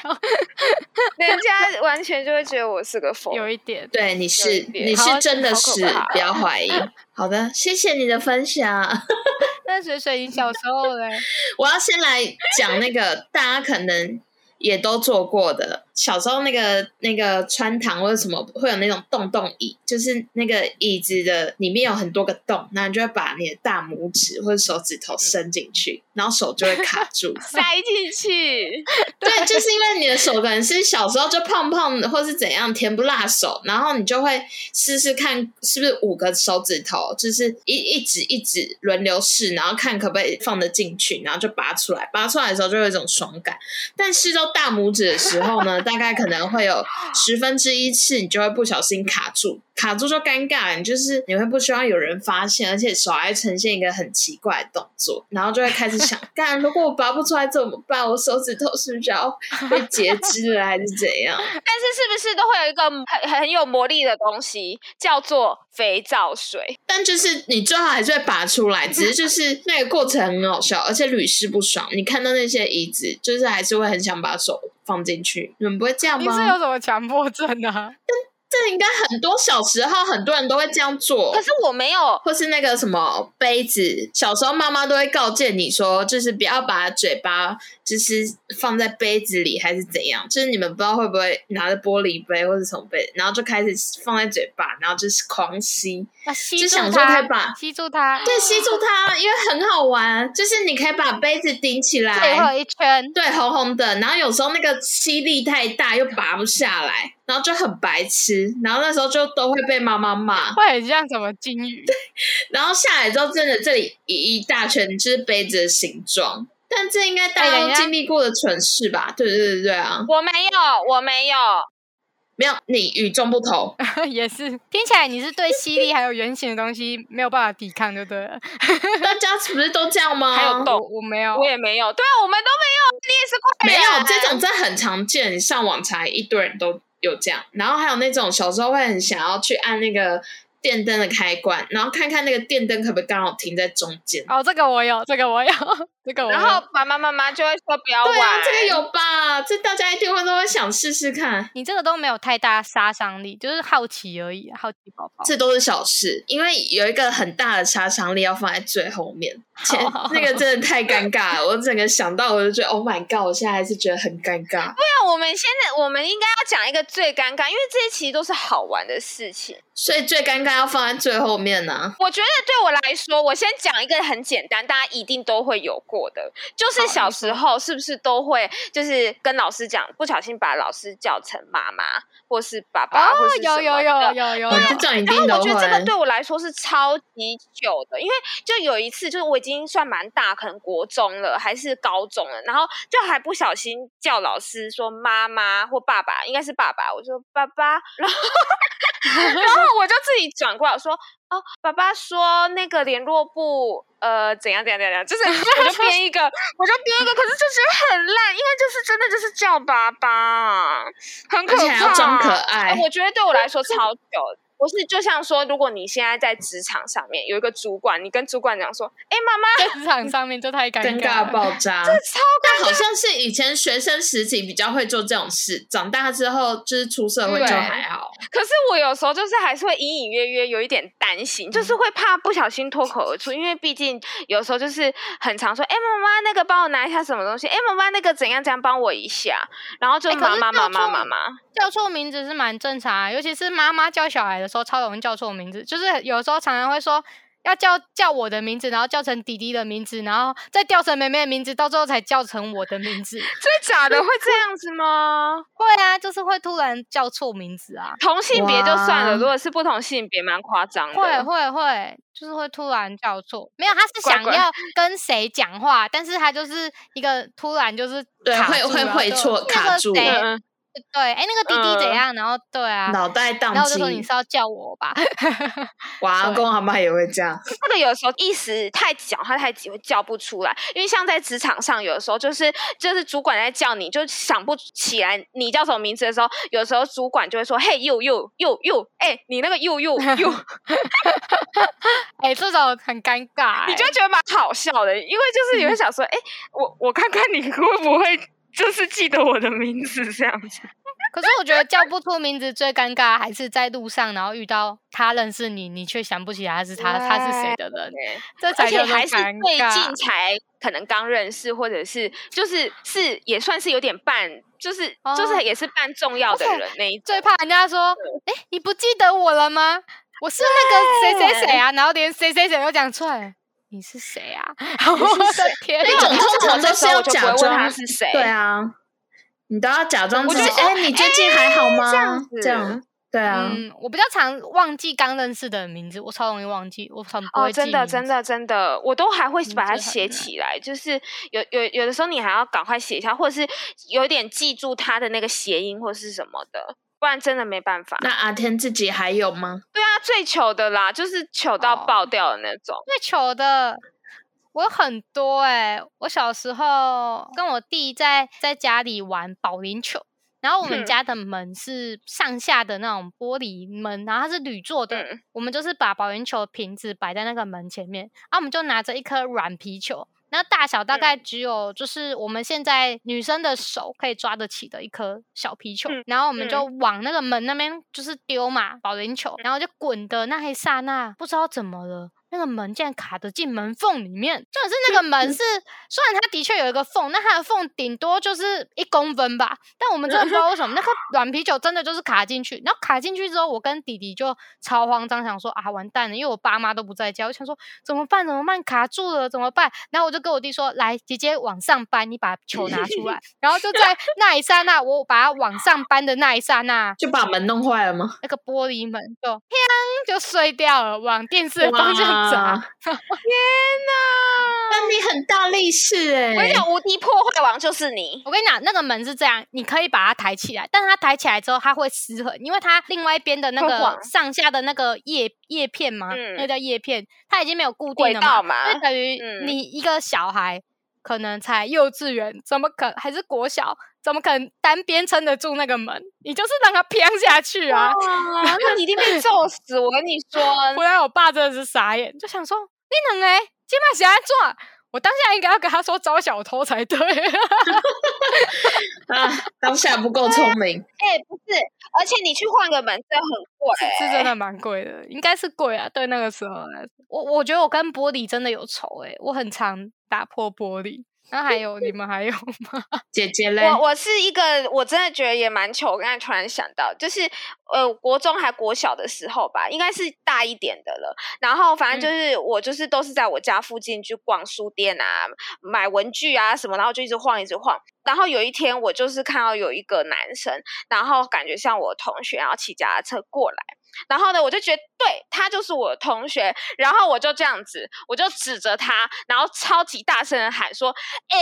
Speaker 3: 人家完全就会觉得我是个疯。
Speaker 2: 有一点。
Speaker 1: 对，你是
Speaker 3: 点
Speaker 1: 你
Speaker 2: 好
Speaker 1: 是真的
Speaker 3: 好可
Speaker 1: 是
Speaker 3: 怕，
Speaker 1: 不要怀疑。好的，谢谢你的分享。
Speaker 2: 那水水，你小时候嘞？
Speaker 1: 我要先来讲那 个大家可能也都做过的，小时候那个那个穿堂或者什么会有那种洞洞椅，就是那个椅子的里面有很多个洞，那你就会把你的大拇指或者手指头伸进去，然后手就会卡住。
Speaker 3: 塞 进去，
Speaker 1: 对，就是因为你的手可能是小时候就胖胖的，或是怎样甜不辣手，然后你就会试试看是不是五个手指头，就是一一直一直轮流试，然后看可不可以放得进去，然后就拔出来。拔出来的时候就有一种爽感，但试到大拇指的时候 呢，大概可能会有十分之一次你就会不小心卡住，卡住就尴尬了，你就是你会不希望有人发现，而且手还呈现一个很奇怪的动作，然后就会开始 想，干如果我拔不出来怎么办？我手指头是不是要被截肢了，还是怎样？
Speaker 3: 但是是不是都会有一个很很有魔力的东西，叫做肥皂水？
Speaker 1: 但就是你最好还是会拔出来，只是 就是那个过程很好笑，而且屡试不爽。你看到那些椅子，就是还是会很想把手放进去。你们不会这样
Speaker 2: 你
Speaker 1: 吗？
Speaker 2: 是有什么强迫症啊？
Speaker 1: 这应该很多小时候很多人都会这样做。
Speaker 3: 可是我没有，
Speaker 1: 或是那个什么杯子，小时候妈妈都会告诫你说，就是不要把嘴巴就是放在杯子里，还是怎样。就是你们不知道会不会拿着玻璃杯或者什么杯，然后就开始放在嘴巴，然后就是狂吸，
Speaker 2: 啊，吸
Speaker 1: 就
Speaker 2: 住
Speaker 1: 想说可
Speaker 2: 它
Speaker 1: 以，把
Speaker 2: 吸住它，哎
Speaker 1: 对吸住它，因为很好玩。就是你可以把杯子顶起
Speaker 2: 最
Speaker 1: 来，
Speaker 2: 后一圈，
Speaker 1: 对，红红的，然后有时候那个吸力太大又拔不下来，然后就很白痴，然后那时候就都会被妈妈骂。
Speaker 2: 会很像什么金鱼？
Speaker 1: 然后下来之后，真的这里一一大圈就是杯子的形状。但这应该大
Speaker 2: 哎
Speaker 1: 家
Speaker 2: 等一
Speaker 1: 都
Speaker 2: 下
Speaker 1: 经历过的蠢事吧？对对对对啊！
Speaker 3: 我没有，我没有，
Speaker 1: 没有，你与众不同。
Speaker 2: 也是，听起来你是对吸力还有圆形的东西没有办法抵抗，对不
Speaker 3: 嗯
Speaker 2: 对？
Speaker 1: 大家不是都这样吗？
Speaker 3: 还有
Speaker 2: 我
Speaker 3: 洞
Speaker 2: 我没有
Speaker 3: 哦我，也没有。对啊，我们都没有，你也是
Speaker 1: 没
Speaker 3: 快人。
Speaker 1: 有这种，这很常见。你上网查，一堆人都有这样。然后还有那种小时候会很想要去按那个电灯的开关，然后看看那个电灯可不可以刚好停在中间。
Speaker 2: 哦，这个我有，这个我有， 这个我有。
Speaker 3: 啊然后爸爸妈妈就会说不要玩。
Speaker 1: 对啊，这个有吧？这大家一定会都会想试试看。
Speaker 2: 你这个都没有太大杀伤力，就是好奇而已，好奇宝宝。
Speaker 1: 这都是小事，因为有一个很大的杀伤力要放在最后面，前
Speaker 2: 好
Speaker 1: 那个真的太尴尬了。我整个想到我就觉得，Oh my god！我现在还是觉得很尴尬。
Speaker 3: 那我们现在我们应该要讲一个最尴尬，因为这些其实都是好玩的事情。
Speaker 1: 所以最尴尬要放在最后面啊呢、
Speaker 3: 我觉得对我来说，我先讲一个很简单，大家一定都会有过的，就是小时候是不是都会就是跟老师讲，不小心把老师叫成妈妈或是爸爸，
Speaker 2: 哦
Speaker 3: 啊或是，
Speaker 2: 有
Speaker 3: 什么
Speaker 2: 有有
Speaker 3: 的
Speaker 2: 有有
Speaker 1: 我
Speaker 3: 啊
Speaker 2: 有
Speaker 1: 这种一
Speaker 3: 然后
Speaker 1: 定都
Speaker 3: 我觉得这个
Speaker 1: 会
Speaker 3: 对。我来说是超级久的，因为就有一次，就是我已经算蛮大，可能国中了还是高中了，然后就还不小心叫老师说妈妈或爸爸，应该是爸爸，我说爸爸，然后然后我就自己转过来我说哦，爸爸说那个联络部呃怎样怎样怎样，就是我就编一个，我就编一个，可是就觉得很烂，因为就是真的就是叫爸爸，很可
Speaker 1: 而
Speaker 3: 怕，
Speaker 1: 且还要装可爱
Speaker 3: 啊我觉得对我来 说超久。我是就像说，如果你现在在职场上面有一个主管，你跟主管讲说：“哎、妈妈，
Speaker 2: 在职场上面就太尴
Speaker 1: 尴
Speaker 2: 尬
Speaker 1: 尬
Speaker 2: 了。
Speaker 1: 爆炸！
Speaker 3: 超
Speaker 1: 但好像是以前学生时期比较会做这种事，长大之后就是出社会就
Speaker 2: 对
Speaker 1: 还好。
Speaker 3: 可是我有时候就是还是会隐隐约约有一点担心，就是会怕不小心脱口而出，因为毕竟有时候就是很常说，哎、妈妈那个帮我拿一下什么东西，哎、妈妈那个怎样怎样帮我一下，然后就
Speaker 2: 哎可
Speaker 3: 妈
Speaker 2: 是
Speaker 3: 妈
Speaker 2: 叫
Speaker 3: 妈妈
Speaker 2: 错
Speaker 3: 妈妈，
Speaker 2: 叫错名字是蛮正常啊，尤其是妈妈教小孩的时候，超容易叫错名字。就是有时候常常会说要叫叫我的名字，然后叫成弟弟的名字，然后再叫成妹妹的名字，到最后才叫成我的名字。
Speaker 3: 真的假的会这样子吗？
Speaker 2: 会啊，就是会突然叫错名字啊。
Speaker 3: 同性别就算了，
Speaker 1: 哇
Speaker 3: 如果是不同性别，蛮夸张的。
Speaker 2: 会
Speaker 3: 哦
Speaker 2: 会会，就是会突然叫错。没有，他是
Speaker 3: 乖
Speaker 2: 想
Speaker 3: 乖
Speaker 2: 要 跟谁讲话，但是他就是一个突然就是
Speaker 1: 对，
Speaker 2: 卡
Speaker 1: 会
Speaker 2: 住
Speaker 1: 会
Speaker 2: 然后
Speaker 1: 会
Speaker 2: 就
Speaker 1: 错
Speaker 2: 那
Speaker 1: 卡
Speaker 2: 个
Speaker 1: 住。
Speaker 2: 谁
Speaker 3: 嗯嗯
Speaker 2: 对，哎，那个滴
Speaker 3: 嗯
Speaker 2: 滴怎样？然后对啊，
Speaker 1: 脑袋
Speaker 2: 然
Speaker 1: 宕
Speaker 2: 后我就说你
Speaker 1: 机。
Speaker 2: 是要叫我吧？
Speaker 1: 我阿公阿妈也会这样，
Speaker 3: 这个有时候一时太讲话太急会叫不出来，因为像在职场上，有的时候就是就是主管在叫你，就想不起来你叫什么名字的时候，有时候主管就会说：“嘿，you you you you，哎，你那个 you you you。”
Speaker 2: 哎，这种很尴尬、哎
Speaker 3: 你就觉得蛮好笑的，因为就是你
Speaker 2: 嗯
Speaker 3: 会想说，哎、我我看看你会不会就是记得我的名字这样子。
Speaker 2: 可是我觉得叫不出名字最尴尬，还是在路上，然后遇到他认识你，你却想不起来他是他他是谁的人， 这
Speaker 3: 而
Speaker 2: 才
Speaker 3: 且
Speaker 2: 叫做
Speaker 3: 还是
Speaker 2: 尴
Speaker 3: 最近
Speaker 2: 尬。
Speaker 3: 才可能刚认识，或者是就是是也算是有点半，就是、就是
Speaker 2: 哦
Speaker 3: 也是半重要的
Speaker 2: 而且
Speaker 3: 人那一
Speaker 2: 最怕人家说，
Speaker 3: 嗯
Speaker 2: 哎、你不记得我了吗？我是那个谁谁谁啊，然后连谁谁谁都讲出来，你是谁啊？ 我的天啊
Speaker 1: 那
Speaker 2: 哪，
Speaker 1: 种通常都是要
Speaker 3: 我就不会
Speaker 1: 假
Speaker 3: 问他
Speaker 1: 装，
Speaker 3: 是谁。
Speaker 1: 对啊，你都要假装
Speaker 3: 我
Speaker 1: 自己。
Speaker 3: 就想
Speaker 1: 哎，你最近还好吗？
Speaker 3: 这样子
Speaker 1: 这样，对啊，
Speaker 2: 嗯，我比较常忘记刚认识的人名字，我超容易忘记，我很不
Speaker 3: 哦，
Speaker 2: 会记
Speaker 3: 真的，真
Speaker 2: 的，
Speaker 3: 的，真的，我都还会
Speaker 2: 嗯
Speaker 3: 把
Speaker 2: 这
Speaker 3: 它
Speaker 2: 很
Speaker 3: 写
Speaker 2: 难
Speaker 3: 起来，就是有有有的时候你还要赶快写一下，或者是有点记住它的那个谐音或是什么的，不然真的没办法。
Speaker 1: 那阿天自己还有吗？
Speaker 3: 对啊，最糗的啦，就是糗到
Speaker 2: 哦
Speaker 3: 爆掉的那种。
Speaker 2: 最糗的。我有很多哎、我小时候跟我弟在在家里玩保龄球，然后我
Speaker 3: 嗯
Speaker 2: 们家的门是上下的那种玻璃门，然后它是铝做的，
Speaker 3: 嗯
Speaker 2: 我们就是把保龄球瓶子摆在那个门前面，然后我们就拿着一颗软皮球，那大小大
Speaker 3: 嗯
Speaker 2: 概只有就是我们现在女生的手可以抓得起的一颗小皮球，
Speaker 3: 嗯
Speaker 2: 然后我们就往那个门那边就是丢嘛保龄球，然后就滚的那一刹那，不知道怎么了。那个门竟然卡得进门缝里面，重点是那个门是，虽然它的确有一个缝，那它的缝顶多就是一公分吧，但我们真的不知道为什么那颗软啤酒真的就是卡进去，然后卡进去之后，我跟弟弟就超慌张，想说啊完蛋了，因为我爸妈都不在家，我想说怎么办怎么办，卡住了怎么办？然后我就跟我弟说，来姐姐往上搬，你把球拿出来。然后就在那一刹那，我把它往上搬的那一刹那，
Speaker 1: 就把门弄坏了吗？
Speaker 2: 那个玻璃门就砰就碎掉了，往电视的方向
Speaker 1: 哇
Speaker 2: 砸。
Speaker 3: 天
Speaker 1: 那你很大力士哎、
Speaker 3: 哪！我跟你讲，无敌破坏王就是你。
Speaker 2: 我跟你讲，那个门是这样，你可以把它抬起来，但它抬起来之后，它会失衡，因为它另外一边的那
Speaker 3: 会
Speaker 2: 个
Speaker 3: 晃
Speaker 2: 上下的那个叶叶片嘛，那
Speaker 3: 嗯
Speaker 2: 个叫叶片，它已经没有固
Speaker 3: 轨
Speaker 2: 定了嘛，
Speaker 3: 道嘛
Speaker 2: 就等于
Speaker 3: 嗯
Speaker 2: 你一个小孩可能才幼稚园，怎么可还是国小，怎么可能单边撑得住那个门？你就是让它 偏下去啊！
Speaker 3: 哇，那你一定被揍死！我跟你 说，哎
Speaker 2: 回来我爸真的是傻眼，就想说你能哎，今晚谁来做？我当下应该要跟他说招小偷才对。
Speaker 1: 啊，当下不够聪明，
Speaker 3: 哎、不是，而且你去换个门真的很贵、
Speaker 2: 是真的蛮贵的，应该是贵啊。对那个时候来说，我我觉得我跟玻璃真的有仇诶、我很常打破玻璃。那还有你们还有吗？
Speaker 1: 姐姐嘞，
Speaker 3: 我我是一个，我真的觉得也蛮糗。我刚才突然想到，就是呃，国中还国小的时候吧，应该是大一点的了。然后反正就是、我就是都是在我家附近去逛书店啊，买文具啊什么，然后就一直晃一直晃。然后有一天我就是看到有一个男生，然后感觉像我同学，然后骑脚踏车过来。然后呢，我就觉得对他就是我的同学，然后我就这样子，我就指着他，然后超级大声的喊说：“哎、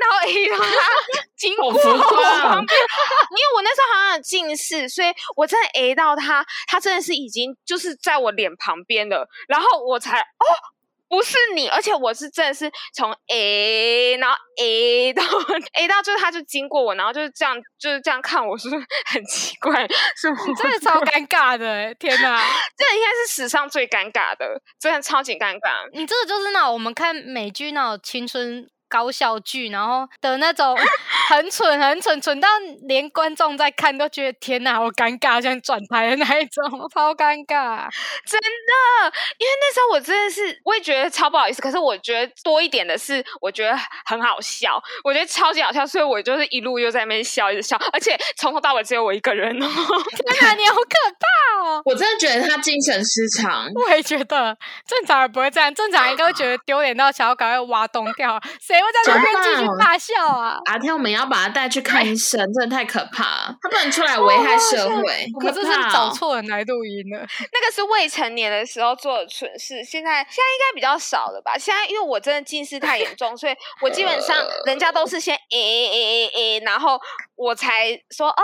Speaker 3: 然后 一路他经
Speaker 1: 好
Speaker 3: 过
Speaker 1: 浮
Speaker 3: 我
Speaker 1: 夸
Speaker 3: 旁
Speaker 1: 哦
Speaker 3: 边，因为我那时候好像有近视，所以我真的 A 到他，他真的是已经就是在我脸旁边了，然后我才哦。不是你，而且我是真的是从 A，然后 A 到 A 到，就是他就经过我，然后就是这样就是这样看我，是不是很奇怪？是 我
Speaker 2: 真的超尴尬的、欸，天哪！
Speaker 3: 这应该是史上最尴尬的，真的超级尴尬。
Speaker 2: 你这个就是那种我们看美剧那种青春搞笑剧，然后的那种很蠢、很蠢、蠢到连观众在看都觉得天哪，好尴尬，像转台的那一种，超尴尬。
Speaker 3: 因为那时候我真的是，我也觉得超不好意思。可是我觉得多一点的是，我觉得很好笑，我觉得超级好笑，所以我就是一路又在那边笑，一直笑，而且从头到尾只有我一个人哦。
Speaker 2: 天哪，你好可怕哦！
Speaker 1: 我真的觉得他精神失常。
Speaker 2: 我也觉得正常人不会这样，正常人应该会觉得丢脸到想要赶快挖洞掉，谁会在那边继续大笑啊？
Speaker 1: 阿天，我们要把他带去看医生，真的太可怕了，他不能出来危害社会，
Speaker 2: 我
Speaker 1: 可
Speaker 2: 们这是
Speaker 1: 怕哦
Speaker 2: 找错人来录音了。
Speaker 3: 那个是未成年的时候做的蠢事，现在现在应该比较少了吧？现在因为我真的近视太严重，所以我基本上人家都是先诶诶诶诶，然后我才说哦，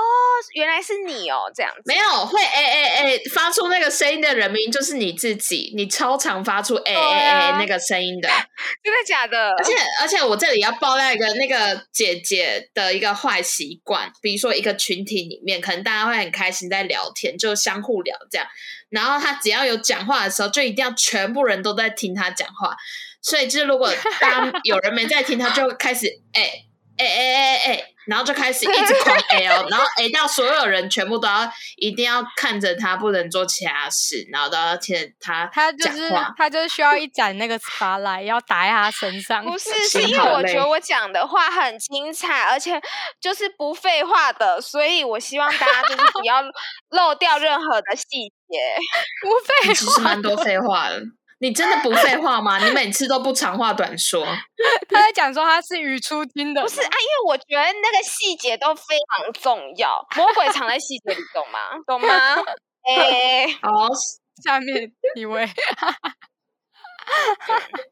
Speaker 3: 原来是你哦，这样子。
Speaker 1: 没有会哎哎哎发出那个声音的人，明明就是你自己，你超常发出哎哎哎
Speaker 2: 啊
Speaker 1: 那个声音的。
Speaker 3: 真的假的？
Speaker 1: 而且而且，我这里要爆料一个那个姐姐的一个坏习惯，比如说一个群体里面，可能大家会很开心在聊天，就相互聊这样。然后她只要有讲话的时候，就一定要全部人都在听她讲话。所以就是如果当有人没在听，她就开始哎哎哎哎哎，然后就开始一直狂哎哦，然后哎到所有人全部都要一定要看着她，不能做其他事，然后都要听着她
Speaker 2: 他就
Speaker 1: 讲
Speaker 2: 是
Speaker 1: 话。
Speaker 2: 他就是需要一盏那个 spotlight 要打在他身上。
Speaker 3: 不是，
Speaker 1: 是
Speaker 3: 是因为
Speaker 1: 好
Speaker 3: 我觉
Speaker 1: 累
Speaker 3: 得我讲的话很精彩，而且就是不废话的，所以我希望大家就是不要漏掉任何的细节。
Speaker 2: 无
Speaker 1: 你
Speaker 2: 非
Speaker 1: 其实蛮多废话的。你真的不废话吗？你每次都不长话短 说，
Speaker 2: 他在讲说他是语出惊的，
Speaker 3: 不是啊，因为我觉得那个细节都非常重要，魔鬼藏在细节里，懂吗？懂吗？ 哎、
Speaker 1: 哦，
Speaker 2: 下面一位，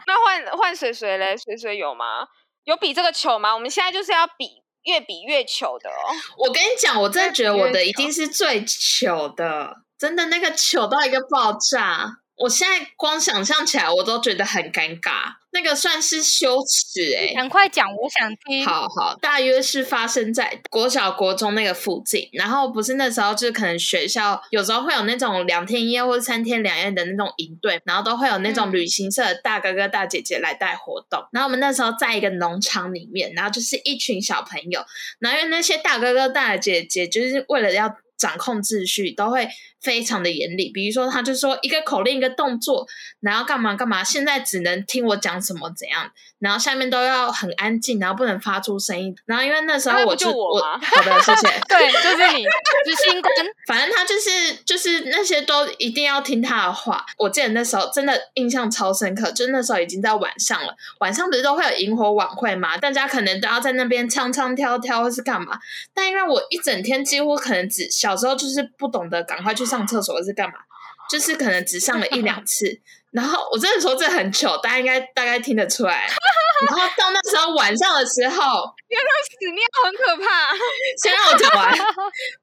Speaker 3: 那换换水水嘞，水水有吗？有比这个糗吗？我们现在就是要比。越比越糗的哦，
Speaker 1: 我跟你讲，我真的觉得我的一定是最糗的，真的那个糗到一个爆炸。我现在光想象起来，我都觉得很尴尬。那个算是羞耻哎、
Speaker 2: 赶快讲，我想听。
Speaker 1: 好好，大约是发生在国小、国中那个附近，然后不是那时候，就是可能学校有时候会有那种两天一夜或者三天两夜的那种营队，然后都会有那种
Speaker 2: 嗯
Speaker 1: 旅行社的大哥哥大姐姐来带活动。然后我们那时候在一个农场里面，然后就是一群小朋友，然后因为那些大哥哥大姐姐就是为了要。掌控秩序都会非常的严厉，比如说他就说一个口令一个动作，然后干嘛干嘛，现在只能听我讲什么怎样，然后下面都要很安静，然后不能发出声音。然后因为那时候
Speaker 3: 啊那不
Speaker 1: 我
Speaker 3: 就我
Speaker 1: 我
Speaker 3: 吗
Speaker 1: 好的，谢谢。
Speaker 2: 对，就是你执行官，
Speaker 1: 反正他就是就是那些都一定要听他的话。我记得那时候真的印象超深刻，就是那时候已经在晚上了，晚上不是都会有萤火晚会嘛，大家可能都要在那边唱唱跳跳或是干嘛。但因为我一整天几乎可能只小时候就是不懂得赶快去上厕所或是干嘛，就是可能只上了一两次。然后我真的说这很糗，大家应该大概听得出来。然后到那时候晚上的时候，
Speaker 3: 屎尿很可 怕。
Speaker 1: 先让我讲完。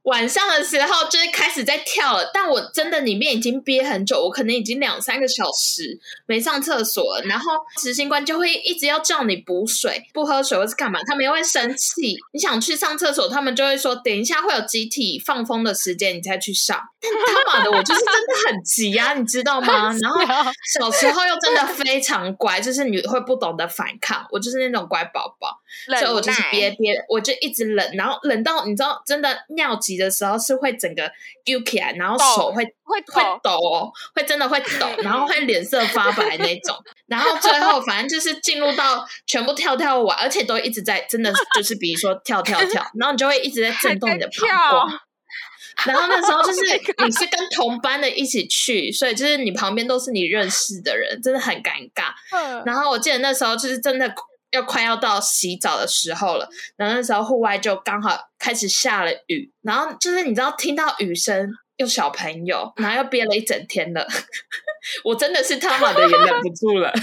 Speaker 1: 晚上的时候就是开始在跳了，但我真的里面已经憋很久，我可能已经两三个小时没上厕所了。然后执行官就会一直要叫你补水，不喝水或是干嘛，他们又会生气。你想去上厕所，他们就会说等一下会有集体放风的时间，你再去上。但他妈的，我就是真的很急呀、你知道吗？然后小时候又真的非常乖，就是你会不懂得反抗，我就是那种乖宝宝。所以我就是
Speaker 3: 忍耐
Speaker 1: 憋憋，我就一直冷，然后冷到你知道，真的尿急的时候是会整个揪起来，然后
Speaker 3: 抖
Speaker 1: 手会
Speaker 3: 会
Speaker 1: 会
Speaker 3: 抖，
Speaker 1: 抖哦，会真的会抖，然后会 脸色发白那种。然后最后反正就是进入到全部跳跳舞啊，而且都一直在，真的就是比如说跳跳跳，然后你就会一直在震动你的膀胱。 然后那时候就是
Speaker 3: Oh
Speaker 1: 你是跟同班的一起去，所以就是你旁边都是你认识的人，真的很尴尬。 然后我记得那时候就是真的要快要到洗澡的时候了，然后那时候户外就刚好开始下了雨，然后就是你知道听到雨声，又小朋友，然后又憋了一整天了， 我真的是他妈的也忍不住了，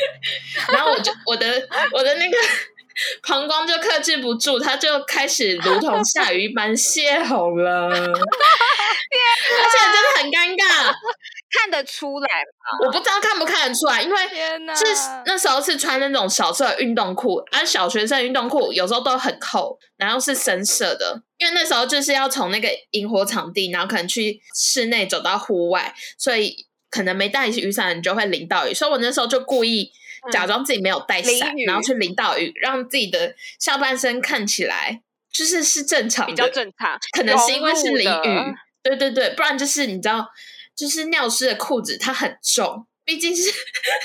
Speaker 1: 然后我就我的我的那个。 膀胱就克制不住，它就开始如同下雨一般泄洪了，而且真的很尴尬，
Speaker 3: 看得出来，
Speaker 1: 我不知道看不看得出来，因为
Speaker 2: 天哪，
Speaker 1: 是那时候是穿那种小色运动裤，而、小学生运动裤有时候都很厚，然后是深色的，因为那时候就是要从那个萤火场地，然后可能去室内走到户外，所以可能没带雨伞，你就会淋到雨。所以我那时候就故意假装自己没有带伞，
Speaker 3: 嗯淋雨
Speaker 1: 然后去淋到雨，让自己的下半身看起来就是是正常的，
Speaker 3: 比较正常，
Speaker 1: 可能是因为是淋
Speaker 3: 融入的
Speaker 1: 雨，对对对，不然就是你知道，就是尿湿的裤子它很重，毕竟是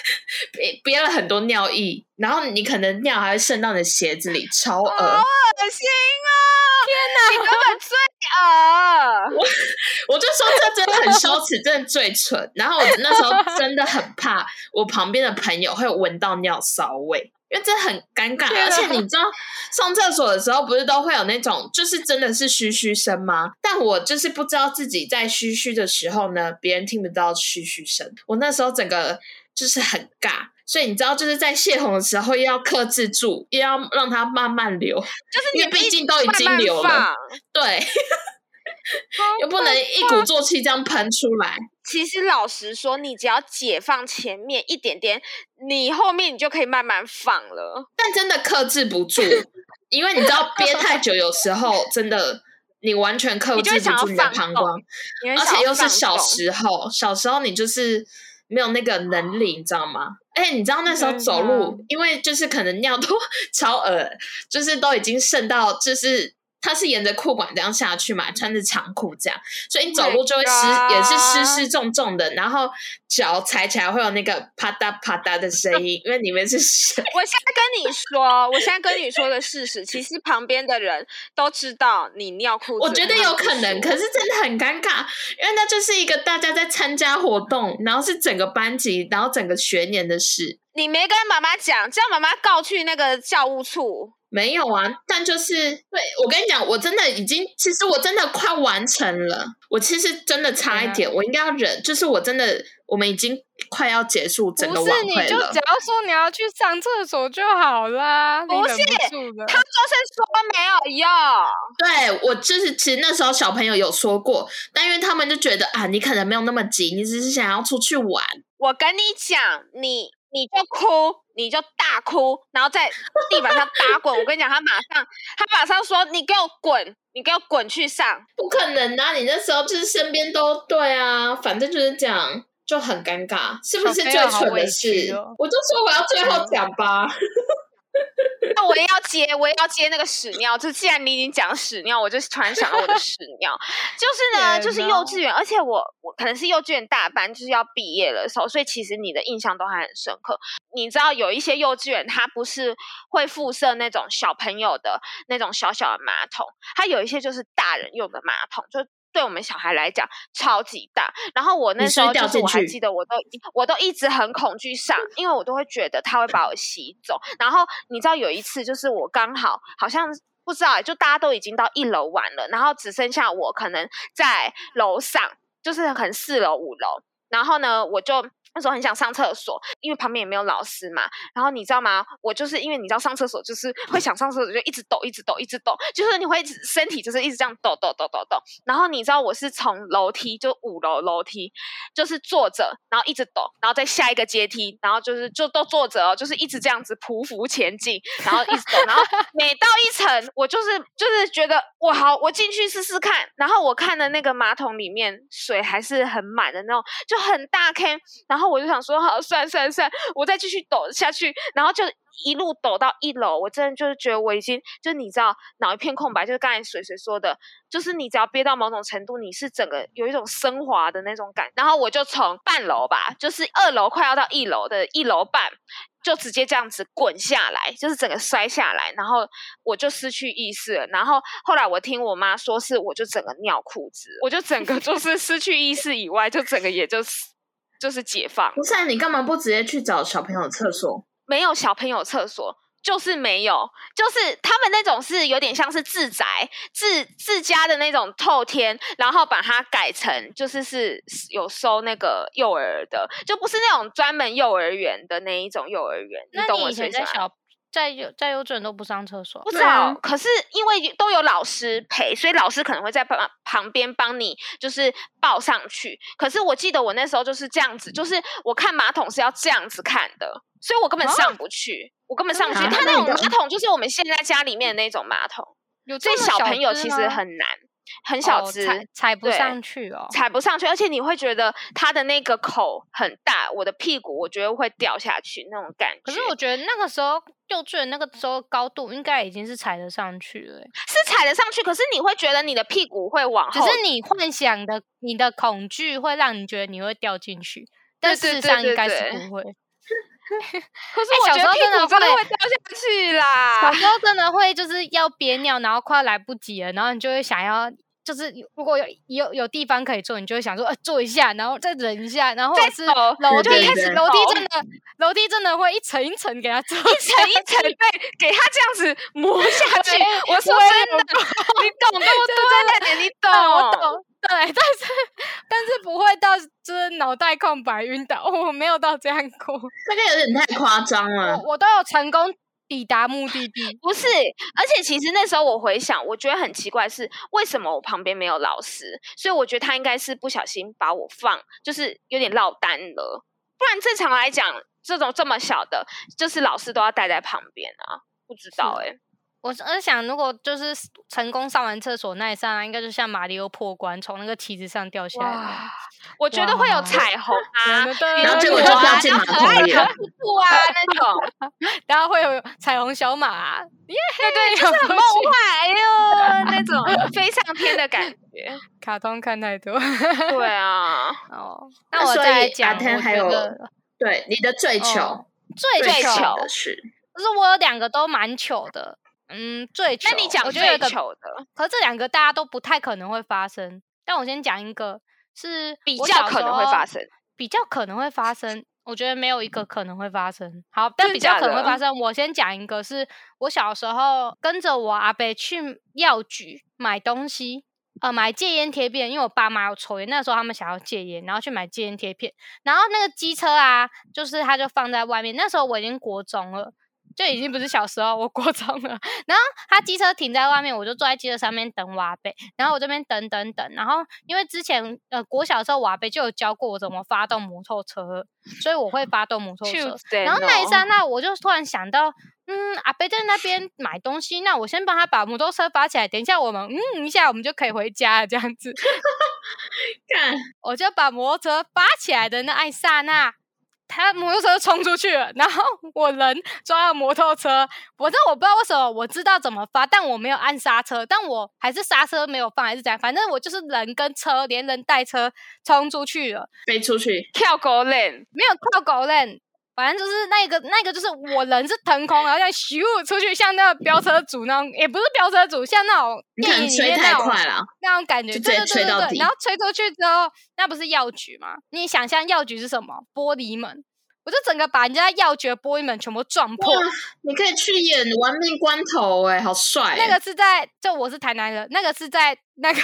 Speaker 1: 憋憋了很多尿液，然后你可能尿还会渗到你的鞋子里，超恶。
Speaker 3: 啊恶心哦！天哪，你根本最啊！
Speaker 1: 我就说这真的很羞耻，真的最蠢。然后我那时候真的很怕我旁边的朋友会闻到尿骚味，因为这很尴尬。
Speaker 2: 天啊
Speaker 1: 而且你知道上厕所的时候不是都会有那种就是真的是嘘嘘声吗？但我就是不知道自己在嘘嘘的时候呢，别人听不到嘘嘘声。我那时候整个就是很尬。所以你知道，就是在泄洪的时候，又要克制住，又要让它慢慢流，
Speaker 3: 就是
Speaker 1: 因为
Speaker 3: 你
Speaker 1: 毕竟都已
Speaker 3: 慢
Speaker 1: 经
Speaker 3: 慢
Speaker 1: 流了，
Speaker 3: 放
Speaker 1: 对，又不能一鼓作气这样喷出来。
Speaker 3: 其实老实说，你只要解放前面一点点，你后面你就可以慢慢放了。
Speaker 1: 但真的克制不住，因为你知道憋太久，有时候真的你完全克
Speaker 3: 你就会
Speaker 1: 制不
Speaker 3: 想要
Speaker 1: 住你的
Speaker 3: 放
Speaker 1: 膀
Speaker 3: 纵
Speaker 1: 胱，
Speaker 3: 你会
Speaker 1: 而且
Speaker 3: 想要
Speaker 1: 又是
Speaker 3: 放
Speaker 1: 小
Speaker 3: 纵
Speaker 1: 时候，小时候你就是没有那个能力，你知道吗？哎、你知道那时候
Speaker 2: 真
Speaker 3: 嗯
Speaker 2: 的
Speaker 1: 走路，因为就是可能尿都 超恶，就是都已经渗到，就是它是沿着裤管这样下去嘛，穿着长裤这样，所以你
Speaker 3: Oh
Speaker 1: 走
Speaker 3: my
Speaker 1: 路就会湿也是湿
Speaker 3: God
Speaker 1: 湿重重的，然后脚踩起来会有那个啪嗒啪嗒的声音，因为里面是 水。
Speaker 3: 我现在跟你说，我现在跟你说的事实， 其实旁边的人都知道你尿裤子。
Speaker 1: 我觉得
Speaker 3: 他
Speaker 1: 有
Speaker 3: 们不
Speaker 1: 可能，可
Speaker 3: 说
Speaker 1: 是真的很尴尬，因为那就是一个大家在参加活动，然后是整个班级，然后整个学年的事。
Speaker 3: 你没跟妈妈讲，这样妈妈告去那个教务处。
Speaker 1: 没有啊，但就是对我跟你讲，我真的已经，其实我真的快完成了。我其实真的差
Speaker 2: 啊
Speaker 1: 一点，我应该要忍，就是我真的，我们已经快要结束整个
Speaker 2: 不
Speaker 1: 晚
Speaker 2: 是，你
Speaker 1: 会
Speaker 2: 就
Speaker 1: 了
Speaker 2: 只。要说你要去上厕所就好啦，你
Speaker 3: 不
Speaker 2: 忍
Speaker 3: 是
Speaker 2: 不住
Speaker 1: 嗯
Speaker 2: 的。
Speaker 3: 他就是说没有用，
Speaker 1: 对我就是，其实那时候小朋友有说过，但因为他们就觉得啊，你可能没有那么急，你只是想要出去玩。
Speaker 3: 我跟你讲，你你就哭，你就大哭，然后在地板上打 滚。我跟你讲，他马上他马上说你给我滚，你给我滚去上。
Speaker 1: 不可能啊！你那时候就是身边都对啊，反正就是这样，就很尴尬，是不是最蠢的
Speaker 2: 小朋
Speaker 1: 事？
Speaker 2: 友好委屈哦
Speaker 1: 我就说我要最后讲吧，
Speaker 3: 那我也要接，我也要接那个屎尿。就既然你已经讲屎尿，我就突然想到我的屎尿， 就是呢，就是
Speaker 2: 天
Speaker 3: 幼
Speaker 2: 哪
Speaker 3: 稚园，而且我我可能是幼稚园大班，就是要毕业的时候，所以其实你的印象都还很深刻。你知道有一些幼稚园，它不是会附设那种小朋友的那种小小的马桶，它有一些就是大人用的马桶，就。对我们小孩来讲超级大，然后我那
Speaker 1: 你
Speaker 3: 时
Speaker 1: 是不
Speaker 3: 候
Speaker 1: 是
Speaker 3: 就
Speaker 1: 掉
Speaker 3: 是我
Speaker 1: 进
Speaker 3: 还
Speaker 1: 去
Speaker 3: 记得，我都我都一直很恐惧上，因为我都会觉得它会把我吸走。然后你知道有一次，就是我刚好好像不知道欸，就大家都已经到一楼玩了，然后只剩下我可能在楼上，就是可能四楼五楼。然后呢，我就那时候很想上厕所，因为旁边也没有老师嘛。然后你知道吗？我就是因为你知道上厕所就是会想上厕所，就一直抖，一直抖，一直抖，就是你会一直身体就是一直这样抖抖抖抖抖。然后你知道我是从楼梯就五楼楼梯，就是坐着，然后一直抖，然后再下一个阶梯，然后就是就都坐着哦，就是一直这样子匍匐前进，然后一直抖，然后每到一层，我就是就是觉得我好，我进去试试看。然后我看的那个马桶里面水还是很满的那种，就很大坑。然后我就想说，好，算算算，我再继续抖下去，然后就。一路抖到一楼，我真的就是觉得我已经，就你知道，脑一片空白，就是刚才水水说的，就是你只要憋到某种程度，你是整个有一种升华的那种感。然后我就从半楼吧，就是二楼快要到一楼的一楼半，就直接这样子滚下来，就是整个摔下来，然后我就失去意识了。然后后来我听我妈说是，我就整个尿裤子，我就整个 就是失去意识以外，就整个也就是就是解放，
Speaker 1: 不是、啊、你干嘛不直接去找小朋友厕所？
Speaker 3: 没有小朋友厕所。就是没有，就是他们那种是有点像是自宅、自自家的那种透天，然后把它改成就是是有收那个幼儿的，就不是那种专门幼儿园的那一种幼儿园。
Speaker 2: 那
Speaker 3: 懂我
Speaker 2: 以
Speaker 3: 说
Speaker 2: 前
Speaker 3: 意思
Speaker 2: 在
Speaker 3: 吗？
Speaker 2: 小在幼在幼稚园都不上厕所
Speaker 3: 不，知
Speaker 1: 对啊
Speaker 3: 道，可是因为都有老师陪，所以老师可能会在旁旁边帮你，就是抱上去。可是我记得我那时候就是这样子，就是我看马桶是要这样子看的，所以我根本
Speaker 2: 啊
Speaker 3: 上不去，我根本上不去。
Speaker 1: 真的
Speaker 3: 它
Speaker 1: 啊
Speaker 3: 那
Speaker 1: 那你
Speaker 3: 种
Speaker 1: 的
Speaker 3: 马桶就是我们现在家里面的那种马桶，
Speaker 2: 有
Speaker 3: 所以
Speaker 2: 这么
Speaker 3: 小朋友
Speaker 2: 只
Speaker 3: 其实
Speaker 2: 吗
Speaker 3: 很难，很小
Speaker 2: 哦
Speaker 3: 只。
Speaker 2: 踩踩不
Speaker 3: 对
Speaker 2: 上去哦。
Speaker 3: 踩不上去，而且你会觉得它的那个口很大，我的屁股我觉得会掉下去那种感觉。
Speaker 2: 可是我觉得那个时候幼稚园那个时候高度应该已经是踩得上去了欸，
Speaker 3: 是踩得上去，可是你会觉得你的屁股会往
Speaker 2: 欸只
Speaker 3: 后
Speaker 2: 是你幻想的你的恐惧会让你觉得你会掉进去，但
Speaker 3: 对
Speaker 2: 事
Speaker 3: 对
Speaker 2: 实
Speaker 3: 对
Speaker 2: 上
Speaker 3: 对
Speaker 2: 应该是
Speaker 3: 对
Speaker 2: 不会。
Speaker 3: 可是
Speaker 2: 哎
Speaker 3: 我
Speaker 2: 小
Speaker 3: 觉
Speaker 2: 时
Speaker 3: 得
Speaker 2: 候
Speaker 3: 屁
Speaker 2: 真的
Speaker 3: 股真的
Speaker 2: 会
Speaker 3: 会掉下去啦
Speaker 2: 小。时候真的会就是要憋尿，然后快要来不及了，然后你就会想要就是如果有有有地方可以坐，你就会想说，呃，坐一下，然后再忍一下，然后或者
Speaker 3: 再
Speaker 2: 是
Speaker 3: 走
Speaker 2: 楼梯
Speaker 1: 对对
Speaker 2: 开始
Speaker 1: 对
Speaker 2: 楼梯
Speaker 3: 走
Speaker 2: 真的楼梯真的会一层一层给它 坐
Speaker 3: 一层一层被给他这样子磨下去。
Speaker 2: 对
Speaker 3: 我说
Speaker 2: 我也
Speaker 3: 真的，你懂啊对不对？你懂，
Speaker 2: 我。懂，对，但是但是不会到就是脑袋空白晕倒，我没有到这样过，
Speaker 1: 这个有点太夸张
Speaker 3: 嗯
Speaker 1: 了。
Speaker 2: 我我都有成功抵达目的地，
Speaker 3: 不是，而且其实那时候我回想，我觉得很奇怪是为什么我旁边没有老师，所以我觉得他应该是不小心把我放，就是有点落单了。不然正常来讲，这种这么小的，就是老师都要待在旁边啊。不知道哎、
Speaker 2: 我是我是想，如果就是成功上完厕所那一刹那，应该就像马里奥破关，从那个旗子上掉下来那样。
Speaker 3: 哇，我觉得会有
Speaker 2: 哇
Speaker 3: 彩虹啊，
Speaker 1: 然后
Speaker 2: 然
Speaker 1: 结果
Speaker 3: 我
Speaker 1: 就
Speaker 3: 啊
Speaker 1: 掉进
Speaker 3: 然
Speaker 1: 马
Speaker 3: 后可爱
Speaker 1: 桶里
Speaker 3: 的
Speaker 1: 了。
Speaker 3: 瀑布啊那种，
Speaker 2: 然后会有彩虹小马、啊，耶嘿，对
Speaker 3: 就是很梦幻，哎呦那种飞上天的 感觉。
Speaker 2: 卡通看太 多
Speaker 3: 对啊，
Speaker 2: 哦。
Speaker 1: 那
Speaker 2: 那我
Speaker 1: 所
Speaker 2: 再来
Speaker 1: 以
Speaker 2: 讲，
Speaker 1: 阿天
Speaker 2: 我
Speaker 1: 还
Speaker 2: 觉
Speaker 1: 有
Speaker 2: 得
Speaker 1: 对，你的最糗、
Speaker 2: 哦最
Speaker 3: 最
Speaker 2: 糗
Speaker 3: 糗
Speaker 1: 的事，
Speaker 2: 就是我有两个都蛮糗的。嗯，最糗。
Speaker 3: 那你讲
Speaker 2: 我觉得有
Speaker 3: 最
Speaker 2: 一个
Speaker 3: 糗的，
Speaker 2: 可是这两个大家都不太可能会发生。但我先讲一个，是
Speaker 3: 比
Speaker 2: 我
Speaker 3: 较
Speaker 2: 小
Speaker 3: 可
Speaker 2: 时
Speaker 3: 能会发
Speaker 2: 候
Speaker 3: 生，
Speaker 2: 比较可能会发生。我觉得没有一个可能会发生。好，但
Speaker 3: 嗯真
Speaker 2: 比
Speaker 3: 假
Speaker 2: 较可能会
Speaker 3: 的
Speaker 2: 发生。我先讲一个是，我小时候跟着我阿伯去药局买东西，呃，买戒烟贴片，因为我爸妈有抽烟，那时候他们想要戒烟，然后去买戒烟贴片。然后那个机车啊，就是它就放在外面。那时候我已经国中了。就已经不是小时候，我国中了。然后他机车停在外面，我就坐在机车上面等我阿伯。然后我这边等等等，然后因为之前呃国小的时候我阿伯就有教过我怎么发动摩托车，所以我会发动摩托车。然后那一刹
Speaker 3: 张，
Speaker 2: 那，我就突然想到，嗯，阿贝在那边买东西，那我先帮他把摩托车发起来，等一下我们嗯一下我们就可以回家了，这样子。
Speaker 1: 干
Speaker 2: 我就把摩托车拔起来的那艾刹那，他摩托车冲出去了， 然后我人抓到摩托车，我这我不知道为什么，我知道怎么发，但我没有按刹车，但我还是刹车没有放，还是怎样，反正我就是人跟车连人带车冲出去了，
Speaker 1: 飞出去，
Speaker 3: 跳狗链，
Speaker 2: 没有跳狗链。反正就是那个那个，就是我人是腾空，然后像咻出去，像那个飙车族那种，也不是飙车族，像那种
Speaker 1: 你可
Speaker 2: 电
Speaker 1: 能
Speaker 2: 影里
Speaker 1: 吹
Speaker 2: 面那
Speaker 1: 太
Speaker 2: 种
Speaker 1: 快了，
Speaker 2: 那种感觉，
Speaker 1: 就
Speaker 2: 对
Speaker 1: 直接
Speaker 2: 对
Speaker 1: 吹
Speaker 2: 对
Speaker 1: 到
Speaker 2: 对
Speaker 1: 底
Speaker 2: 对。然后吹出去之后，那不是药局吗？你想象药局是什么？玻璃门，我就整个把人家药局的玻璃门全部撞破。
Speaker 1: 哇你可以去演《玩命关头、哎，好帅、
Speaker 2: 那个是在，就我是台南人，那个是在那个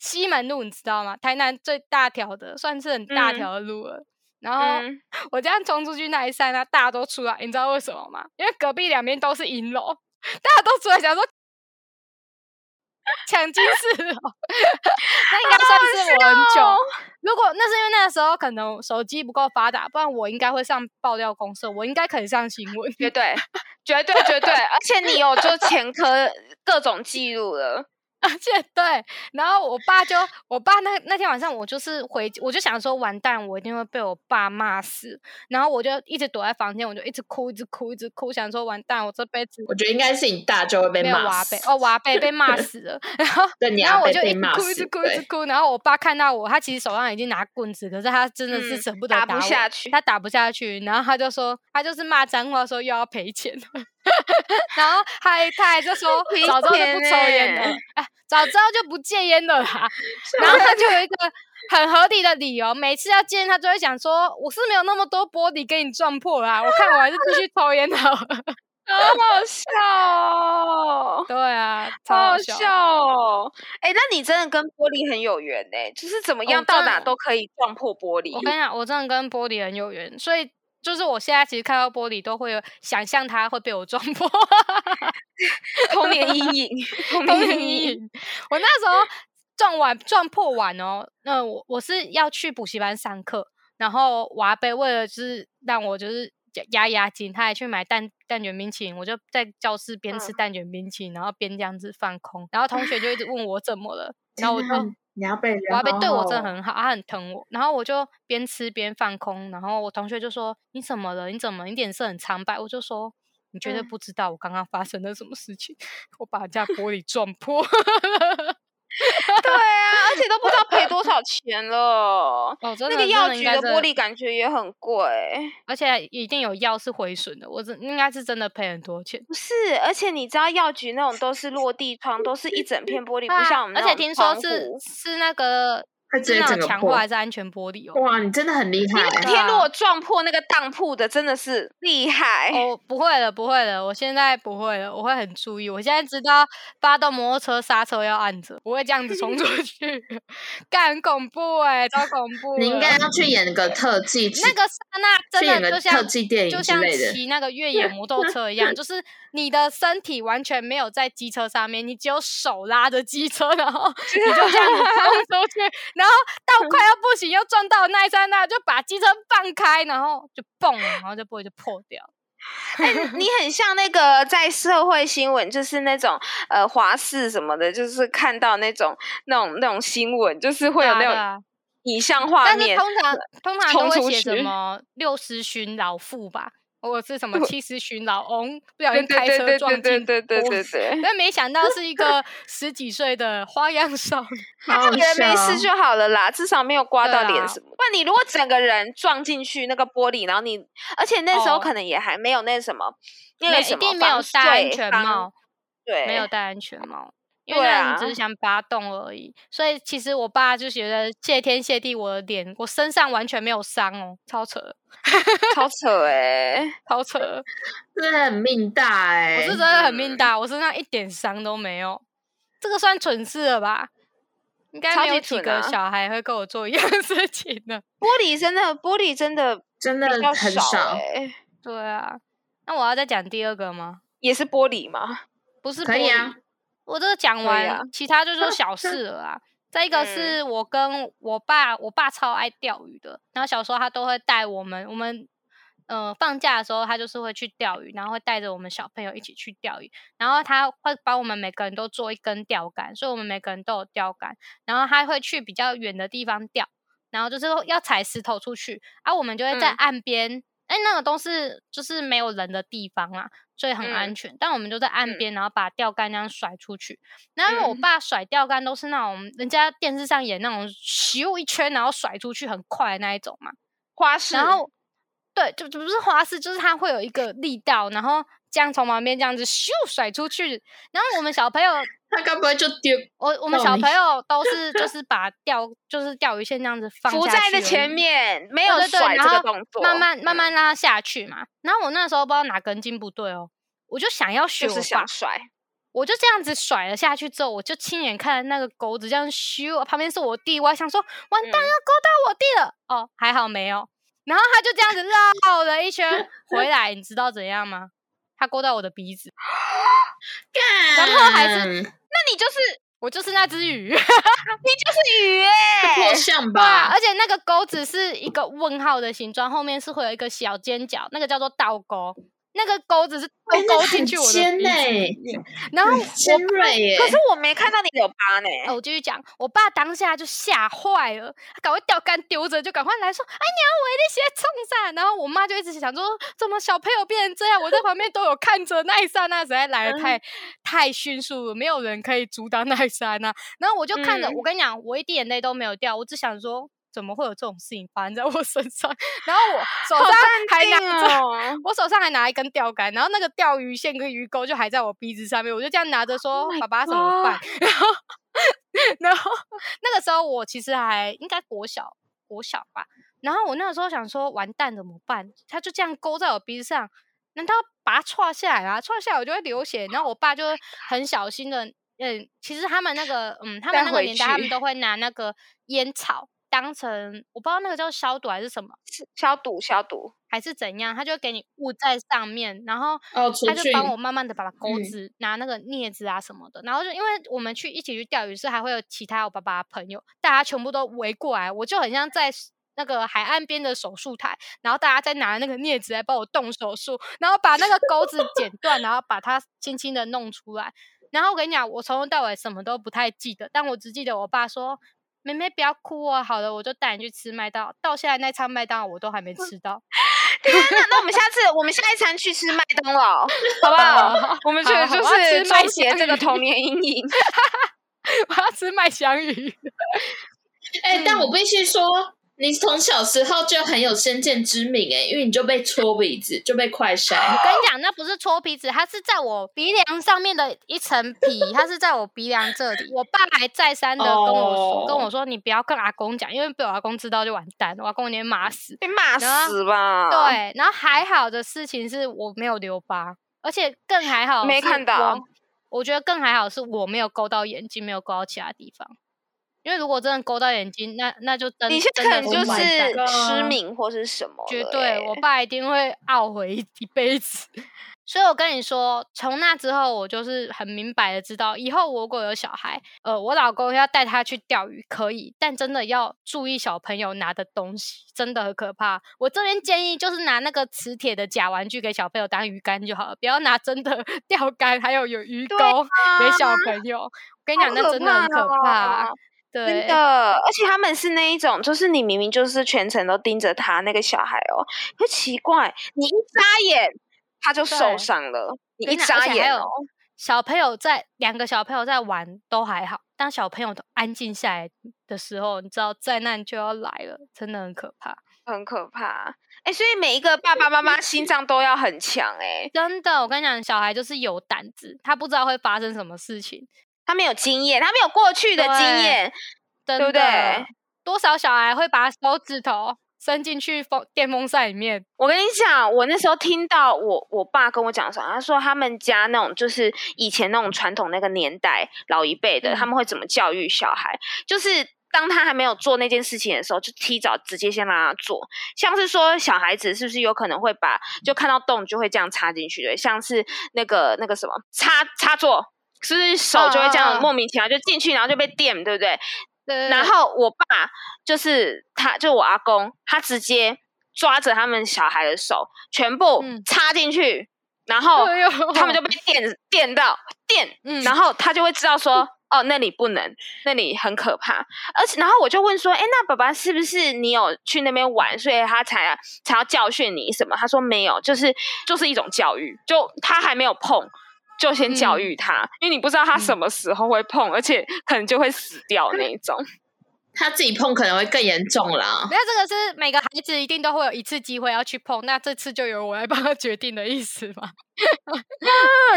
Speaker 2: 西门路，你知道吗？台南最大条的，算是很大
Speaker 3: 嗯
Speaker 2: 条的路了。然后
Speaker 3: 嗯，
Speaker 2: 我这样冲出去那一刹那，大家都出来，你知道为什么吗？因为隔壁两边都是银楼，大家都出来想说抢金饰楼，那应该算是我很久。如果那是因为那个时候可能手机不够发达，不然我应该会上爆料公社，我应该可以上新闻。
Speaker 3: 绝对， 绝对，绝 对，而且你有做前科各种记录了，
Speaker 2: 而且对，然后我爸就，我爸那那天晚上我就是回，我就想说完蛋，我一定会被我爸骂死。然后我就一直躲在房间，我就一直哭，一直哭，一直哭，想说完蛋，我这辈子
Speaker 1: 我觉得应该是你大就会被
Speaker 2: 没有
Speaker 1: 骂
Speaker 2: 娃
Speaker 1: 死
Speaker 2: 贝，哦，娃贝被骂死了。然后
Speaker 1: 对你
Speaker 2: 然
Speaker 1: 阿
Speaker 2: 后我
Speaker 1: 贝
Speaker 2: 就一
Speaker 1: 被
Speaker 2: 直
Speaker 1: 骂
Speaker 2: 哭，一
Speaker 1: 死
Speaker 2: 直，哭，一直
Speaker 1: 对，
Speaker 2: 哭。然后我爸看到我，他其实手上已经拿棍子，可是他真的是
Speaker 3: 嗯
Speaker 2: 舍不得
Speaker 3: 打不
Speaker 2: 打我
Speaker 3: 下去
Speaker 2: 他打不下去，然后他就说，他就是骂脏话，说又要赔钱。 然后他还他还就说
Speaker 3: 赔，
Speaker 2: 早知道就不抽烟
Speaker 3: 钱
Speaker 2: 了
Speaker 3: 欸，
Speaker 2: 哎，早知道就不戒烟了啦。然后他就有一个很合理的理由，每次要见他就会想说，我是没有那么多玻璃给你撞破啦，我看我还是继续抽烟好了。
Speaker 3: 好好笑哦。
Speaker 2: 对啊，超
Speaker 3: 好
Speaker 2: 好
Speaker 3: 好
Speaker 2: 笑。
Speaker 3: 笑哦！哎、那你真的跟玻璃很有缘呢、就是怎么
Speaker 2: 哦
Speaker 3: 样到
Speaker 2: 真
Speaker 3: 哪
Speaker 2: 的
Speaker 3: 都可以撞破玻璃
Speaker 2: 我。跟你讲，我真的跟玻璃很有缘，所以就是我现在其实看到玻璃都会有想象它会被我撞破，
Speaker 3: 童年阴 影，童
Speaker 2: 都
Speaker 3: 年
Speaker 2: 愿
Speaker 3: 阴影。
Speaker 2: 意。 我那时候撞完撞破完哦，那我我是要去补习班上课，然后我阿伯为了就是让我就是。压压惊，他还去买蛋蛋卷冰淇淋，我就在教室边吃
Speaker 3: 嗯
Speaker 2: 蛋卷冰淇淋，然后边这样子放空，然后同学就一直问我怎 么了，然后我就
Speaker 1: 真的很你要被人
Speaker 2: 我阿伯对我
Speaker 1: 好
Speaker 2: 真的
Speaker 1: 好哦
Speaker 2: 很好，他很疼我。然后我就边吃边放空，然后我同学就说：“你怎么了？你怎么？你脸色很苍白。”我就说：“你绝对
Speaker 3: 嗯
Speaker 2: 不知道我刚刚发生了什么事情，我把人家玻璃撞破。”
Speaker 3: 对啊，而且都不知道赔多少钱了。
Speaker 2: 哦，真的
Speaker 3: 那个药局的玻，
Speaker 2: 真应该真
Speaker 3: 璃感觉也很贵，
Speaker 2: 而且一定有药是毁损的，我真应该是真的赔很多钱。
Speaker 3: 不是？而且你知道药局那种都是落地窗，都是一整片玻璃，不像我们那
Speaker 2: 而且
Speaker 3: 种
Speaker 2: 听说
Speaker 3: 窗
Speaker 2: 是
Speaker 3: 户
Speaker 2: 是那个
Speaker 1: 它直
Speaker 2: 是
Speaker 1: 接
Speaker 2: 那
Speaker 1: 整
Speaker 2: 种
Speaker 1: 个
Speaker 2: 强
Speaker 1: 破
Speaker 2: 化还是安全玻璃哦？
Speaker 1: 哇，你真的很厉害、
Speaker 3: 那
Speaker 2: 对
Speaker 3: 天如
Speaker 2: 啊
Speaker 3: 果撞破那个当铺的，真的是厉害。
Speaker 1: 哎
Speaker 2: 哦，不会了，不会了，我现在不会了，我会很注意。我现在知道发动摩托车刹车要按着，不会这样 子冲出去，干很恐怖哎、超恐怖了！
Speaker 1: 你应该要去演个特技，
Speaker 2: 那个刹那
Speaker 1: 去演
Speaker 2: 真的
Speaker 1: 个
Speaker 2: 就
Speaker 1: 特
Speaker 2: 像
Speaker 1: 技电影
Speaker 2: 就
Speaker 1: 之
Speaker 2: 像
Speaker 1: 类的。
Speaker 2: 骑那个越野摩托车一 样，就是你的身体完全没有在机车上面，你只有手拉着机车，然后你就
Speaker 3: 啊
Speaker 2: 这样子冲出去，然后到快要不行又撞到的那一刹那，就把机车放开，然后就蹦了，然后这玻璃就破掉。
Speaker 3: 哎你你很像那个在社会新闻，就是那种呃华视什么的，就是看到那种那种那种新闻，就是会有
Speaker 2: 对啊对
Speaker 3: 那
Speaker 2: 啊
Speaker 3: 种影像画
Speaker 2: 但是
Speaker 3: 面。
Speaker 2: 通常通常都
Speaker 3: 冲
Speaker 2: 会
Speaker 3: 出
Speaker 2: 写什
Speaker 3: 去
Speaker 2: 么六十旬老妇吧，或者是什么
Speaker 3: 对
Speaker 2: 七十旬老翁，不小
Speaker 3: 对
Speaker 2: 心开
Speaker 3: 对
Speaker 2: 车
Speaker 3: 对
Speaker 2: 撞
Speaker 3: 对
Speaker 2: 进
Speaker 3: 对对对
Speaker 2: 玻
Speaker 3: 对
Speaker 2: 璃
Speaker 3: 对，
Speaker 2: 但没想到是一个十几岁的花样少女，
Speaker 1: 好好
Speaker 3: 你人没事
Speaker 1: 笑
Speaker 3: 就好了啦，至少没有刮
Speaker 2: 对啊
Speaker 3: 到
Speaker 2: 啦
Speaker 3: 脸什么。不然你如果整个人撞进去那个玻璃，然后你，而且那时候
Speaker 2: 哦
Speaker 3: 可能也还 没有那什么，那
Speaker 2: 没
Speaker 3: 个
Speaker 2: 一
Speaker 3: 什么
Speaker 2: 定没有
Speaker 3: 防
Speaker 2: 戴安
Speaker 3: 水
Speaker 2: 全
Speaker 3: 防
Speaker 2: 帽，
Speaker 3: 对，
Speaker 2: 没有戴安全帽，因为
Speaker 3: 对
Speaker 2: 那人只
Speaker 3: 啊
Speaker 2: 是想发动而已。所以其实我爸就觉得谢天谢地，我的脸我身上完全没有伤哦，超扯，
Speaker 3: 超 扯哎、
Speaker 2: 超扯，
Speaker 1: 真的很命大哎、
Speaker 2: 我是真的很命大，我身上一点伤都没有，这个算蠢事了吧？应该
Speaker 3: 超
Speaker 2: 没有
Speaker 3: 级
Speaker 2: 几
Speaker 3: 蠢
Speaker 2: 个
Speaker 3: 啊
Speaker 2: 小孩会跟我做一样的事情的。
Speaker 3: 玻璃真的，玻璃真的
Speaker 1: 真的
Speaker 3: 比较
Speaker 1: 很
Speaker 3: 少
Speaker 1: 少。
Speaker 3: 哎、
Speaker 2: 对啊，那我要再讲第二个吗？以
Speaker 3: 也是玻璃嘛，
Speaker 2: 不是
Speaker 1: 可以
Speaker 2: 玻璃
Speaker 1: 啊
Speaker 2: 我这个讲
Speaker 3: 对
Speaker 2: 完，
Speaker 3: 呀
Speaker 2: 其他就说 小事了啊。再一
Speaker 1: 嗯
Speaker 2: 个是我跟我爸，我爸超爱钓鱼的，然后小时候他都会带我们，我们呃放假的时候他就是会去钓鱼，然后会带着我们小朋友一起去钓鱼，然后他会帮我们每个人都做一根钓竿，所以我们每个人都有钓竿，然后他会去比较远的地方钓，然后就是要踩石头出去，啊，我们就会在
Speaker 3: 嗯
Speaker 2: 岸边，哎、那个都是就是没有人的地方啊啦，所以很安全。但我们就在岸
Speaker 3: 嗯
Speaker 2: 边，然后把钓竿这样甩出去。然后因为我爸甩钓竿都是那种人家电视上演那种咻一圈，然后甩出去很快的那一种嘛。
Speaker 3: 花式。
Speaker 2: 然后对，就就不是花式，就是它会有一个力道，然后这样从旁边这样子咻甩出去。然后我们小朋友
Speaker 1: 他该不会就丢
Speaker 2: 我我们
Speaker 3: 哦
Speaker 1: 懂
Speaker 2: 小
Speaker 1: 你
Speaker 2: 朋友 都是就是把钓就是钓鱼线这样子放
Speaker 3: 浮
Speaker 2: 下
Speaker 3: 在
Speaker 2: 去
Speaker 3: 的
Speaker 2: 而
Speaker 3: 前
Speaker 2: 已
Speaker 3: 面，没
Speaker 2: 对
Speaker 3: 有
Speaker 2: 对对
Speaker 3: 甩这
Speaker 2: 然
Speaker 3: 个
Speaker 2: 后
Speaker 3: 动作，
Speaker 2: 慢慢慢
Speaker 3: 嗯
Speaker 2: 慢让它下去嘛。然后我那时候不知道哪根筋不对哦，我就想要学
Speaker 3: 就
Speaker 2: 我
Speaker 3: 是
Speaker 2: 爸
Speaker 3: 想，甩。
Speaker 2: 我就这样子甩了下去之后，我就亲眼看那个钩子这样咻，旁边是我弟，我还想说完蛋要勾
Speaker 3: 嗯
Speaker 2: 到我弟了，哦还好没有。然后他就这样子绕了一圈回来，你知道怎样吗？他勾到我的鼻子，
Speaker 1: 干，
Speaker 2: 然后还是
Speaker 3: 那你就是
Speaker 2: 我就是那只鱼。
Speaker 3: 你就是鱼哎、
Speaker 1: 破相
Speaker 2: 对啊，
Speaker 1: 吧？
Speaker 2: 而且那个钩子是一个问号的形状，后面是会有一个小尖角，那个叫做倒钩。那个钩子是
Speaker 1: 哎那
Speaker 2: 倒钩进
Speaker 1: 很
Speaker 2: 去我的
Speaker 1: 尖
Speaker 2: 鼻
Speaker 1: 欸
Speaker 2: 子里面，然后
Speaker 1: 很尖
Speaker 2: 我。
Speaker 1: 锐欸耶、
Speaker 3: 可是我没看到你有疤呢、
Speaker 2: 哦，我继续讲，我爸当下就吓坏了，他赶快钓竿丢着，就赶快来说：“哎娘，我一定先冲上！”然后我妈就一直想说：“怎么小朋友变成这样？”我在旁边都有看着，那一刹那实在来的太、
Speaker 3: 嗯
Speaker 2: 太迅速了，没有人可以阻挡那一刹那。然后我就看着，
Speaker 3: 嗯
Speaker 2: 我跟你讲，我一滴眼泪都没有掉，我只想说，怎么会有这种事情发生在我身上？ 然后我手
Speaker 3: 好
Speaker 2: 上还拿
Speaker 3: 淡定
Speaker 2: 着。
Speaker 3: 哦！
Speaker 2: 我手上还拿一根钓竿，然后那个钓鱼线跟鱼钩就还在我鼻子上面，我就这样拿着说：“
Speaker 3: ，Oh my
Speaker 2: 爸爸怎么办？” 然后，然后那个时候我其实还应该国小国小吧，然后我那个时候想说：“完蛋怎么办？”他就这样勾在我鼻子上，难道把它戳下来啊？戳下来我就会流血。然后我爸
Speaker 3: ，Oh
Speaker 2: 就会很小心的，嗯，其实他们那个，嗯，他们
Speaker 3: 带
Speaker 2: 那个
Speaker 3: 回
Speaker 2: 年代，他们
Speaker 3: 去
Speaker 2: 都会拿那个烟草当成，我不知道那个叫消毒还是什么。
Speaker 3: 消毒消毒，
Speaker 2: 还是怎样，他就会给你捂在上面，然后
Speaker 1: 哦，出
Speaker 2: 他就
Speaker 1: 去
Speaker 2: 帮我慢慢的把钩
Speaker 1: 嗯
Speaker 2: 子、拿那个镊子啊什么的，然后就因为我们去一起去钓鱼是还会有其他我爸爸的朋友，大家全部都围过来，我就很像在 s- 那个海岸边的手术台，然后大家在拿那个镊子来帮我动手术，然后把那个钩子剪断，然后把它轻轻的弄出来。然后我跟你讲，我从头到尾什么都不太记得，但我只记得我爸说：“妹妹不要哭哦，好了，我就带你去吃麦当劳。”到现在那餐麦当劳我都还没吃到。
Speaker 3: 天哪！那我们下次我们下一餐去吃麦 当 劳，好不好？我们觉得
Speaker 2: 好
Speaker 3: 就
Speaker 2: 我要吃
Speaker 3: 是
Speaker 2: 麦
Speaker 3: 终结
Speaker 2: 香
Speaker 3: 这个
Speaker 2: 鱼
Speaker 3: 童年阴影。
Speaker 2: 我要吃麦香鱼。
Speaker 1: 哎、但
Speaker 2: 嗯
Speaker 1: 我必须说，你从小时候就很有先见之明哎、因为你就被戳鼻子，就被快
Speaker 2: 我
Speaker 1: 筛。
Speaker 2: 跟你讲，那不是搓鼻子，它是在我鼻梁上面的一层皮，它是在我鼻梁这里。我爸还再三的跟我说、跟我
Speaker 1: 哦
Speaker 2: 说，你不要跟阿公讲，因为被我阿公知道就完蛋，我阿公一定会骂死。
Speaker 3: 被骂
Speaker 2: 然后
Speaker 3: 死吧？，
Speaker 2: 对，然后还好的事情是我没有留疤，而且更还好
Speaker 3: 没
Speaker 2: 是
Speaker 3: 看
Speaker 2: 我
Speaker 3: 到。
Speaker 2: 我觉得更还好是我没有勾到眼睛，没有勾到其他地方。因为如果真的勾到眼睛，那那就真
Speaker 3: 你现在
Speaker 2: 真
Speaker 3: 可
Speaker 2: 的
Speaker 3: 能就
Speaker 2: 完蛋
Speaker 1: 蛋
Speaker 3: 是失明或是什么了欸？
Speaker 2: 绝对，我爸一定会懊悔一一辈子。 所以我跟你说，从那之后，我就是很明白的知道，以后我如果有小孩，呃，我老公要带他去钓鱼可以，但真的要注意小朋友拿的东西，真的很可怕。我这边建议就是拿那个磁铁的假玩具给小朋友当鱼竿就好了，不要拿真的钓竿，还有有鱼
Speaker 3: 对
Speaker 2: 钩给
Speaker 3: 啊
Speaker 2: 小朋友。我跟你讲，
Speaker 3: 好
Speaker 2: 那
Speaker 3: 可
Speaker 2: 真的很可
Speaker 3: 怕
Speaker 2: 怕
Speaker 3: 哦。真
Speaker 2: 对，
Speaker 3: 的，而且他们是那一种，就是你明明就是全程都盯着他那个小孩哦，可奇怪，你一眨眼他就受
Speaker 2: 对
Speaker 3: 伤了，你
Speaker 2: 跟
Speaker 3: 一
Speaker 2: 你讲而
Speaker 3: 眨
Speaker 2: 且还
Speaker 3: 眼
Speaker 2: 有
Speaker 3: 哦，
Speaker 2: 小朋友在两个小朋友在玩都还好，当小朋友都安静下来的时候，你知道灾难就要来了，真的很可怕。
Speaker 3: 很可怕。哎，所以每一个爸爸妈妈心脏都要很强哎，
Speaker 2: 真的，我跟你讲，小孩就是有胆子，他不知道会发生什么事情，
Speaker 3: 他没有经验，他没有过去的经
Speaker 2: 对
Speaker 3: 验，
Speaker 2: 真的。
Speaker 3: 对不对
Speaker 2: 多少小孩会把手指头伸进去风电风扇里面？
Speaker 3: 我跟你讲，我那时候听到我我爸跟我讲什么，他说他们家那种就是以前那种传统那个年代老一辈的，
Speaker 2: 嗯
Speaker 3: 他们会怎么教育小孩，就是。当他还没有做那件事情的时候，就提早直接先让他做，像是说小孩子是不是有可能会把就看到洞就会这样插进去的，像是那个那个什么插插座，是不是手就会
Speaker 2: 嗯
Speaker 3: 这
Speaker 2: 嗯
Speaker 3: 样
Speaker 2: 嗯
Speaker 3: 莫名其妙就进去，然后就被电，对不对？
Speaker 2: 对
Speaker 3: 然后我爸就是他，就我阿公，他直接抓着他们小孩的手，全部
Speaker 2: 嗯
Speaker 3: 插进去，然后
Speaker 2: 哎呦
Speaker 3: 他们就被电电到电，
Speaker 2: 嗯
Speaker 3: 然后他就会知道说。哦，那里不能，那里很可怕。而且，然后我就问说：“哎，那爸爸是不是你有去那边玩，所以他才才要教训你什么？”他说：“没有，就是就是一种教育，就他还没有碰，就先教
Speaker 2: 嗯
Speaker 3: 育他，因为你不知道他什么时候会碰，而且可能就会死掉那一 种。”
Speaker 1: 他自己碰可能会更严重啊啦。
Speaker 2: 那这个是每个孩子一定都会有一次机会要去碰，那这次就由我来帮他决定的意思吗？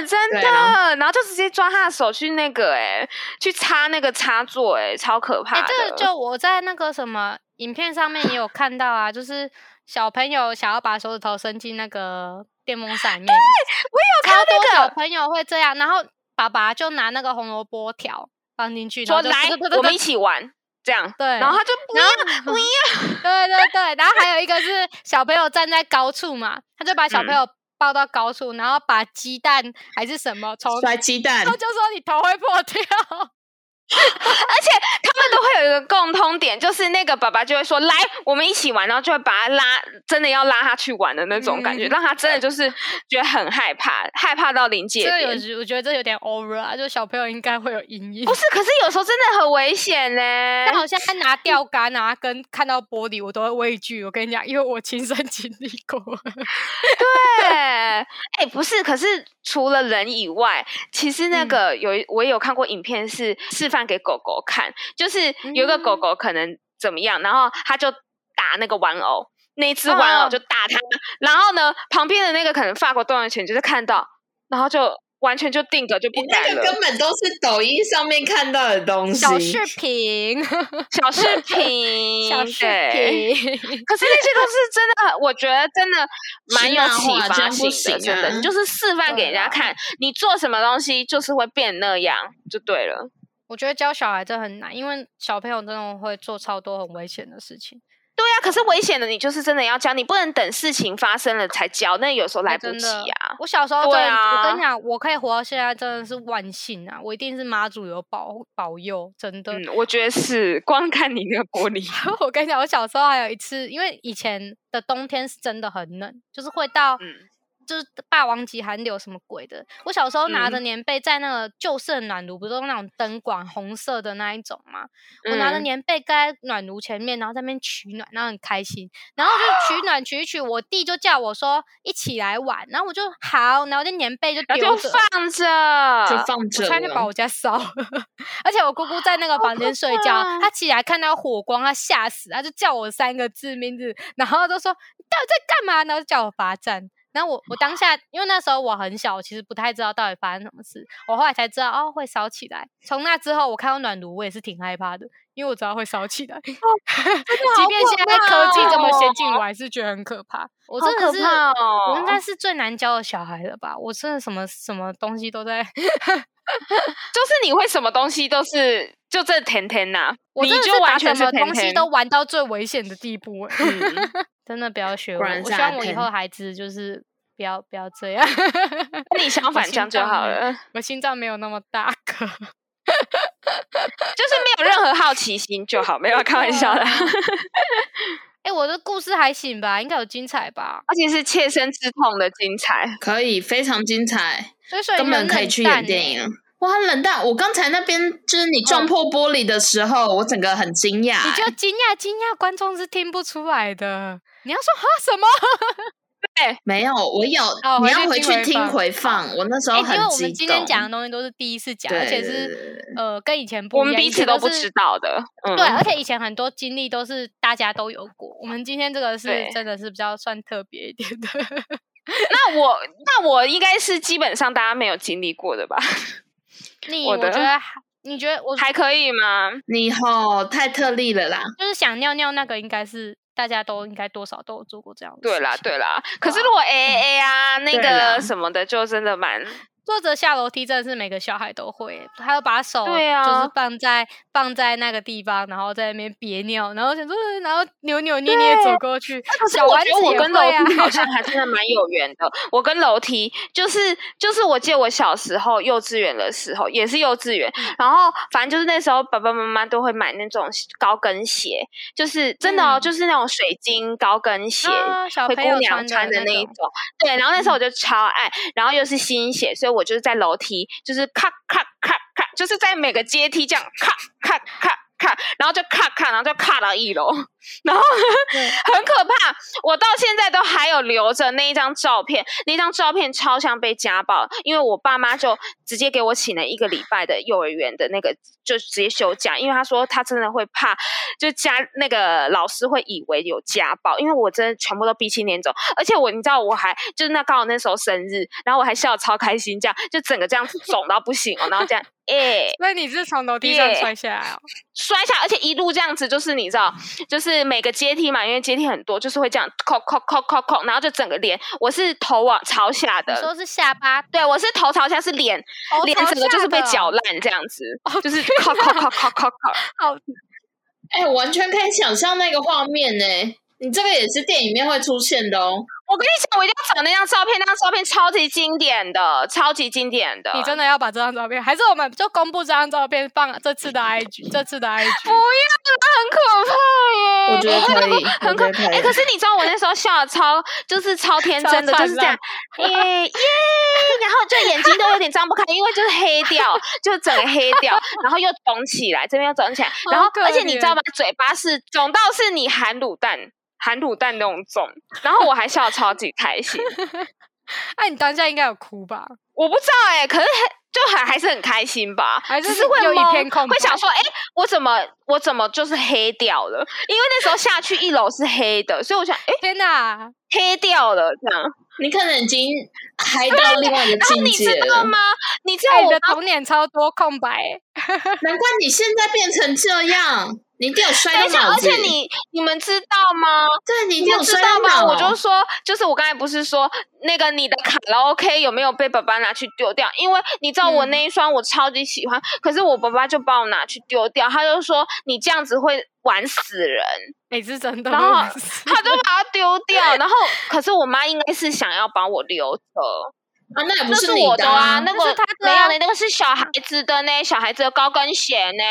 Speaker 3: 真
Speaker 1: 对
Speaker 3: 的，
Speaker 1: 啊
Speaker 3: 然后就直接抓他的手去那个哎、去插那个插座哎、超可怕
Speaker 2: 哎、
Speaker 3: 的。
Speaker 2: 这个就我在那个什么影片上面也有看到啊，就是小朋友想要把手指头伸进那个电风扇里面，
Speaker 3: 我有
Speaker 2: 超
Speaker 3: 看
Speaker 2: 多
Speaker 3: 那
Speaker 2: 小
Speaker 3: 个，
Speaker 2: 朋友会这样，然后爸爸就拿那个红萝卜条放进去，然
Speaker 3: 说
Speaker 2: 后就
Speaker 3: 来
Speaker 2: 对对对
Speaker 3: 我们
Speaker 2: 对
Speaker 3: 一起玩这样，
Speaker 2: 对，
Speaker 3: 然后他就不
Speaker 2: 然
Speaker 3: 要
Speaker 2: 后
Speaker 3: 不要，
Speaker 2: 对对对，然后还有一个是小朋友站在高处嘛，他就把小朋
Speaker 3: 嗯
Speaker 2: 友抱到高处，然后把鸡蛋还是什么从，
Speaker 1: 摔鸡蛋
Speaker 2: 然后，就说你头会破掉，
Speaker 3: 他们都会有一个共通点，就是那个爸爸就会说来我们一起玩，然后就会把他拉，真的要拉他去玩的那种感觉，
Speaker 2: 嗯
Speaker 3: 让他真的就是觉得很害怕，害怕到临界
Speaker 2: 这个
Speaker 3: 点
Speaker 2: 有。时我觉得这有点 over 啊，就小朋友应该会有阴影
Speaker 3: 不。是，可是有时候真的很危险呢、
Speaker 2: 但好像他拿钓竿啊，跟看到玻璃，我都会畏惧。我跟你讲，因为我亲身经历过。
Speaker 3: 对，哎、不是，可是除了人以外，其实那
Speaker 2: 嗯
Speaker 3: 个有一、我也有看过影片，是示范给狗狗看，就是有一个狗
Speaker 2: 嗯
Speaker 3: 狗可能怎么样，然后它就打那个玩偶，那一只玩
Speaker 2: 哦
Speaker 3: 偶就打它，然后呢，旁边的那个可能法国动物犬就是看到，然后就完全就定格就
Speaker 1: 你
Speaker 3: 不
Speaker 1: 那
Speaker 3: 敢
Speaker 1: 个
Speaker 3: 了。
Speaker 1: 根本都是抖音上面看到的东西。
Speaker 2: 小视频，
Speaker 3: 小视频，
Speaker 2: 小视
Speaker 3: 嗯对。
Speaker 2: 频，
Speaker 3: 可是那些都是真的很，我觉得真的蛮
Speaker 1: 希
Speaker 3: 有
Speaker 2: 啊
Speaker 1: 腊
Speaker 3: 启
Speaker 1: 化这
Speaker 3: 发
Speaker 1: 样不
Speaker 3: 性
Speaker 1: 行
Speaker 3: 的，真的，
Speaker 1: 啊
Speaker 3: 你就是示范
Speaker 2: 对
Speaker 3: 给
Speaker 2: 啊
Speaker 3: 人家
Speaker 2: 啦
Speaker 3: 看，你做什么东西就是会变那样，就对了。
Speaker 2: 我觉得教小孩真的很难，因为小朋友真的会做超多很危险的事情。
Speaker 3: 对啊，可是危险的你就是真的要教，你不能等事情发生了才教，那有时候来不
Speaker 2: 哦真
Speaker 3: 及
Speaker 2: 的
Speaker 3: 啊。
Speaker 2: 我小时候真
Speaker 3: 对
Speaker 2: 的，我跟
Speaker 3: 啊
Speaker 2: 你讲，我可以活到现在真的是万幸啊！我一定是妈祖有保保佑，真的。
Speaker 3: 嗯，我觉得是，光看你那个 玻璃，
Speaker 2: 我跟你讲，我小时候还有一次，因为以前的冬天是真的很冷，就是会到
Speaker 3: 嗯
Speaker 2: 就是霸王级寒流什么鬼的。我小时候拿着棉被在那个旧式的暖炉，不是用那种灯管红色的那一种吗？我拿着
Speaker 3: 嗯
Speaker 2: 棉被盖在暖炉前面，然后在那边取暖，然后很开心。然后就取暖取一取，我弟就叫我说一起来玩，然后我就好，然后就棉被就
Speaker 3: 然
Speaker 2: 丢
Speaker 3: 后
Speaker 2: 着
Speaker 3: 就。放着，
Speaker 1: 就放着
Speaker 2: 我差点把
Speaker 1: 了。
Speaker 2: 我家烧了， 而且我姑姑在那个房间睡觉，
Speaker 3: 怕啊
Speaker 2: 她起来看到火光，她吓死，她就叫我三个字名字，然后都说你到底在干嘛，然后就叫我罚站。然后我我当下，因为那时候我很小，我其实不太知道到底发生什么事，我后来才知道哦会烧起来。从那之后，我看到暖炉我也是挺害怕的，因为我知道会烧起
Speaker 3: 哦
Speaker 2: 来。 即便现在科技这么先进，我还是觉得很可怕。我
Speaker 3: 哦好
Speaker 2: 真的
Speaker 3: 可
Speaker 2: 是，
Speaker 3: 怕哦
Speaker 2: 我应该是最难教的小孩了吧？我真的什么什么东西都在，
Speaker 3: 就是你会什么东西都是就这甜甜呐，
Speaker 2: 我
Speaker 3: 你
Speaker 2: 真的
Speaker 3: 就是
Speaker 2: 把
Speaker 3: 完全
Speaker 2: 什
Speaker 3: 是
Speaker 2: 么
Speaker 3: 甜
Speaker 2: 东西
Speaker 3: 甜
Speaker 2: 都玩到最危险的地步、 欸。
Speaker 1: 嗯，
Speaker 2: 真 的不要学我，
Speaker 1: 果然
Speaker 2: 我
Speaker 1: 是
Speaker 2: 希
Speaker 1: 阿
Speaker 2: 望我以后
Speaker 1: 天
Speaker 2: 孩子就是不要不要这样。
Speaker 3: 跟你相反
Speaker 2: 心
Speaker 3: 这样就
Speaker 2: 脏
Speaker 3: 好
Speaker 2: 没
Speaker 3: 了，
Speaker 2: 我心脏没有那么大颗。
Speaker 3: 就是没有任何好奇心就好，没有开玩笑的，
Speaker 2: 哎、我的故事还行吧，应该有精彩吧。
Speaker 3: 而且是切身之痛的精彩。
Speaker 1: 可以，非常精彩，
Speaker 2: 所以说
Speaker 1: 根本可以去演
Speaker 2: 欸
Speaker 1: 电影。哇，冷淡！我刚才那边就是你撞破玻璃的时候，我整个很惊讶欸。
Speaker 2: 嗯你就惊讶惊讶，观众是听不出来的。你要说哈什么？
Speaker 1: 没有，我有，
Speaker 2: 哦
Speaker 1: 你要
Speaker 2: 回
Speaker 1: 回
Speaker 2: 去
Speaker 1: 去
Speaker 2: 听
Speaker 1: 听
Speaker 2: 回
Speaker 1: 回
Speaker 2: 放
Speaker 1: 放。我那时
Speaker 2: 哎、
Speaker 1: 候
Speaker 2: 因为
Speaker 1: 很
Speaker 2: 我
Speaker 1: 激
Speaker 2: 们
Speaker 1: 动。
Speaker 2: 今天讲的东西都是第一次讲，
Speaker 1: 对，
Speaker 2: 而且
Speaker 1: 对
Speaker 2: 是
Speaker 1: 对对
Speaker 2: 呃跟以前不一
Speaker 3: 我
Speaker 2: 样，
Speaker 3: 们彼
Speaker 2: 以
Speaker 3: 此
Speaker 2: 前
Speaker 3: 都
Speaker 2: 都
Speaker 3: 不
Speaker 2: 是
Speaker 3: 知。道的，嗯，
Speaker 2: 对，而且以前很多经历都是大家都有过，我们今天这 个是
Speaker 3: 对
Speaker 2: 真的是比较算特别一点的。
Speaker 3: 那我那我应该是基本上大家没有经历过的吧？
Speaker 2: 你
Speaker 3: 我
Speaker 2: 我
Speaker 3: 的
Speaker 2: 觉得还你觉得我
Speaker 3: 还可以吗？
Speaker 1: 你吼太特例了啦。
Speaker 2: 就是想尿尿那个，应该是大家都应该多少都有做过这样的。
Speaker 3: 对啦，对。啦。可是如果 A A 啊那
Speaker 1: 对
Speaker 3: 个
Speaker 1: 啦
Speaker 3: 什么的，就真的蛮
Speaker 2: 作者下楼梯真的是每个小孩都会欸，还有把手就
Speaker 3: 对
Speaker 2: 是
Speaker 3: 啊
Speaker 2: 放在、放在那个地方，然后在那边憋尿，然后想说，呃然后扭扭捏捏走过去。
Speaker 3: 啊可是
Speaker 2: 小
Speaker 3: 我
Speaker 2: 丸
Speaker 3: 觉
Speaker 2: 子
Speaker 3: 得我
Speaker 2: 也会
Speaker 3: 跟楼
Speaker 2: 啊
Speaker 3: 梯 好像还真的蛮有缘的。我跟楼梯就是就是，我记得我小时候幼稚园的时候也是幼稚园，
Speaker 2: 嗯
Speaker 3: 然后反正就是那时候爸爸妈妈都会买那种高跟鞋，就是真的
Speaker 2: 嗯
Speaker 3: 哦，就是那种水晶高跟鞋。
Speaker 2: 啊，小
Speaker 3: 灰
Speaker 2: 朋友
Speaker 3: 姑娘穿
Speaker 2: 的
Speaker 3: 的那
Speaker 2: 种
Speaker 3: 一种，对，然后那时候我就超爱，然后又是新鞋，所以我就是在楼梯，就是咔咔咔咔，就是在每个阶梯这样咔咔咔咔，然后就咔咔，然后就咔到一楼， 然后
Speaker 2: 对
Speaker 3: 很可怕，我到现在都还有留着那一张照片，那张照片超像被家暴，因为我爸妈就直接给我请了一个礼拜的幼儿园的那个，就直接休假，因为他说他真的会怕，就家那个老师会以为有家暴，因为我真的全部都鼻青脸肿，而且我你知道我还就是那刚好那时候生日，然后我还笑得超开心，这样就整个这样子肿到不行哦，然后这样 哎。
Speaker 2: 所以你是从楼梯上
Speaker 3: 耶
Speaker 2: 摔下来哦？
Speaker 3: 摔下，而且一路这样子，就是你知道，就是每个阶梯嘛，因为阶梯很多，就是会这样扣扣扣扣扣，然后就整个脸，我是头往朝下
Speaker 2: 你
Speaker 3: 的，
Speaker 2: 说是下 巴，
Speaker 3: 对我是头朝下，是脸、
Speaker 2: 哦
Speaker 3: 脸整个就是被搅，
Speaker 2: 朝下的哦
Speaker 3: 烂这样子，
Speaker 2: 哦
Speaker 3: 就是扣扣扣扣扣扣，
Speaker 1: 哎、完全可以想象那个画面呢、
Speaker 2: 欸
Speaker 1: 你这个也是电影里面会出现的哦。
Speaker 3: 我跟你讲，我一定要找那张照片，那张照片超级经典的，超级经典的。
Speaker 2: 你真的要把这张照片，还是我们就公布这张照片放这次的 IG，这次的 IG
Speaker 3: 不要
Speaker 1: 我
Speaker 2: 嗯
Speaker 3: 啦，很可怕耶！
Speaker 1: 觉得可以，我
Speaker 3: 很
Speaker 1: 觉得
Speaker 3: 可
Speaker 1: 可
Speaker 3: 哎、
Speaker 1: 以。
Speaker 3: 可是你知道我那时候笑的超，就是超天
Speaker 2: 超
Speaker 3: 真的，就
Speaker 2: 灿
Speaker 3: 是这样，耶耶，然后就眼睛都有点张不开，因为就是黑掉，就整个黑掉，然后又肿起来，这边又肿起来，然
Speaker 2: 好
Speaker 3: 后而
Speaker 2: 可
Speaker 3: 且你知道
Speaker 2: 怜
Speaker 3: 吗？嘴巴是肿到是你含卤蛋。含卤蛋那种肿，然后我还笑得超级开心。
Speaker 2: 哎、你当下应该有哭吧？
Speaker 3: 我不知道哎、可是很就很还是很开心吧，
Speaker 2: 还是
Speaker 3: 只是会
Speaker 2: 又一
Speaker 3: 懵
Speaker 2: 片空白
Speaker 3: 会想说，哎、我怎么我怎么就是黑掉了？因为那时候下去一楼是黑的，所以我想，哎、
Speaker 2: 天哪！
Speaker 3: 黑掉了这样。
Speaker 1: 你可能已经嗨到另外一个
Speaker 3: 然后
Speaker 1: 境
Speaker 3: 你
Speaker 1: 界
Speaker 3: 知道
Speaker 1: 了，
Speaker 3: 吗？你知道
Speaker 2: 哎、你
Speaker 3: 我
Speaker 2: 的
Speaker 3: 妈
Speaker 2: 童年超多空白欸、
Speaker 1: 难怪你现在变成这样，你一定有摔
Speaker 3: 等
Speaker 1: 到
Speaker 3: 一下，
Speaker 1: 脑
Speaker 3: 而
Speaker 1: 子。
Speaker 3: 且你你们知道吗？
Speaker 1: 对你一
Speaker 3: 你
Speaker 1: 定有哦
Speaker 3: 们知
Speaker 1: 摔到
Speaker 3: 道吗？
Speaker 1: 脑。
Speaker 3: 我就说，就是我刚才不是说那个你的卡拉 OK 有没有被爸爸拿去丢掉？因为你知道我
Speaker 2: 嗯
Speaker 3: 那一双我超级喜欢，可是我爸爸就帮我拿去丢掉，他就说你这样子会玩死人。
Speaker 2: 哎、是真的
Speaker 3: 然
Speaker 2: 吗，
Speaker 3: 后他就把它丢掉，然后可是我妈应该是想要把我留着，
Speaker 1: 啊，那也不
Speaker 3: 那是
Speaker 1: 你
Speaker 3: 我的
Speaker 1: 的
Speaker 3: 啊，那
Speaker 2: 那
Speaker 3: 个
Speaker 2: 是他的
Speaker 3: 没
Speaker 2: 啊
Speaker 3: 有呢，那个是小孩子的呢，小孩子的高跟鞋呢。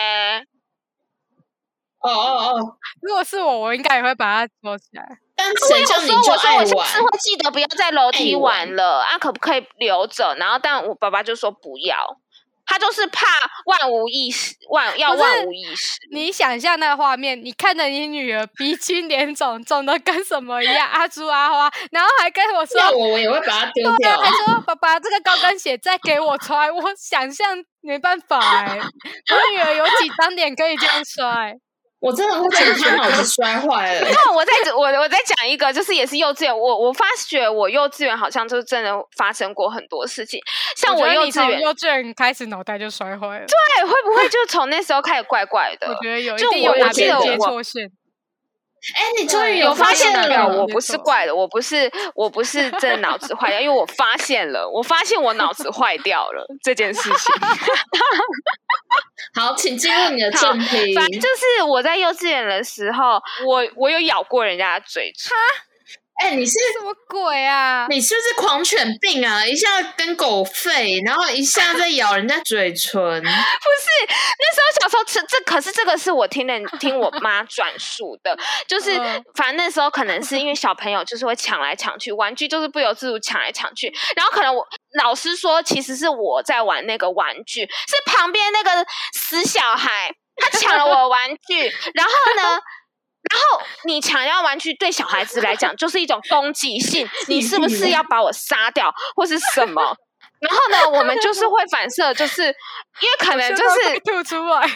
Speaker 1: 哦哦哦！
Speaker 2: 如果是我，我应该也会把它收起来。
Speaker 1: 但
Speaker 3: 我
Speaker 1: 谁
Speaker 3: 有
Speaker 1: 叫你
Speaker 3: 说，
Speaker 1: 就
Speaker 3: 我说
Speaker 1: 爱
Speaker 3: 我下
Speaker 1: 玩
Speaker 3: 次？会记得不要在楼梯
Speaker 1: 爱
Speaker 3: 玩
Speaker 1: 玩
Speaker 3: 了啊，可不可以留着？然后，但我爸爸就说不要，他就是怕万无一失，万要
Speaker 2: 不是
Speaker 3: 万无一 失。
Speaker 2: 你想象那个画面，你看着你女儿鼻青脸肿，肿的跟什么一样，阿猪阿花，然后还跟我说
Speaker 1: 要啊我我也会把它丢
Speaker 2: 对
Speaker 1: 掉
Speaker 2: 啊，。还说爸爸这个高跟鞋再给我穿，我想象没办法哎、我女儿有几张脸可以这样摔，
Speaker 1: 我真的会觉得他脑子摔坏了。
Speaker 3: 那我再我我再讲一个，就是也是幼稚园，我我发觉我幼稚园好像就真的发生过很多事情， 像
Speaker 2: 我
Speaker 3: 我
Speaker 2: 觉得
Speaker 3: 幼
Speaker 2: 你
Speaker 3: 稚
Speaker 2: 从
Speaker 3: 园，
Speaker 2: 幼稚园开始脑袋就摔坏了，
Speaker 3: 对，会不会就从那时候开始怪怪的
Speaker 2: 我？觉得有一
Speaker 3: 就
Speaker 2: 定有
Speaker 3: 我
Speaker 2: 哪
Speaker 1: 我记
Speaker 2: 边
Speaker 1: 得
Speaker 2: 接
Speaker 3: 我
Speaker 2: 错线，
Speaker 1: 哎，你终于
Speaker 2: 对
Speaker 1: 有
Speaker 2: 我
Speaker 1: 发
Speaker 3: 发
Speaker 2: 发
Speaker 1: 现
Speaker 3: 现
Speaker 2: 现
Speaker 3: 了，
Speaker 2: 了
Speaker 1: 了
Speaker 3: 我
Speaker 2: 没
Speaker 3: 不是
Speaker 2: 错
Speaker 3: 怪的，我不是，我不是真的脑子坏掉，因为我发现了，我发现我脑子坏掉了这件事情。
Speaker 1: 好，请进入你的正题。
Speaker 3: 反正就是我在幼稚园的时候，我我有咬过人家的嘴唇，
Speaker 1: 哎，你是
Speaker 2: 什么鬼啊？
Speaker 1: 你是不是狂犬病啊？一下跟狗吠，然后一下在咬人家嘴唇。
Speaker 3: 那时候小时候吃这，可是这个是我听人听我 妈转述的，就是
Speaker 2: 嗯
Speaker 3: 反正那时候可能是因为小朋友就是会抢来抢去，玩具就是不由自主抢来抢去，然后可能我老师说其实是我在玩那个玩具，是旁边那个死小孩他抢了我的玩具，然后呢？然后你抢要玩具，对小孩子来讲就是一种攻击性，你是不是要把我杀掉或是什么？然后呢，我们就是会反射，就是因为 可能
Speaker 2: 我
Speaker 3: 就
Speaker 2: 现在
Speaker 3: 是
Speaker 2: 快吐出来，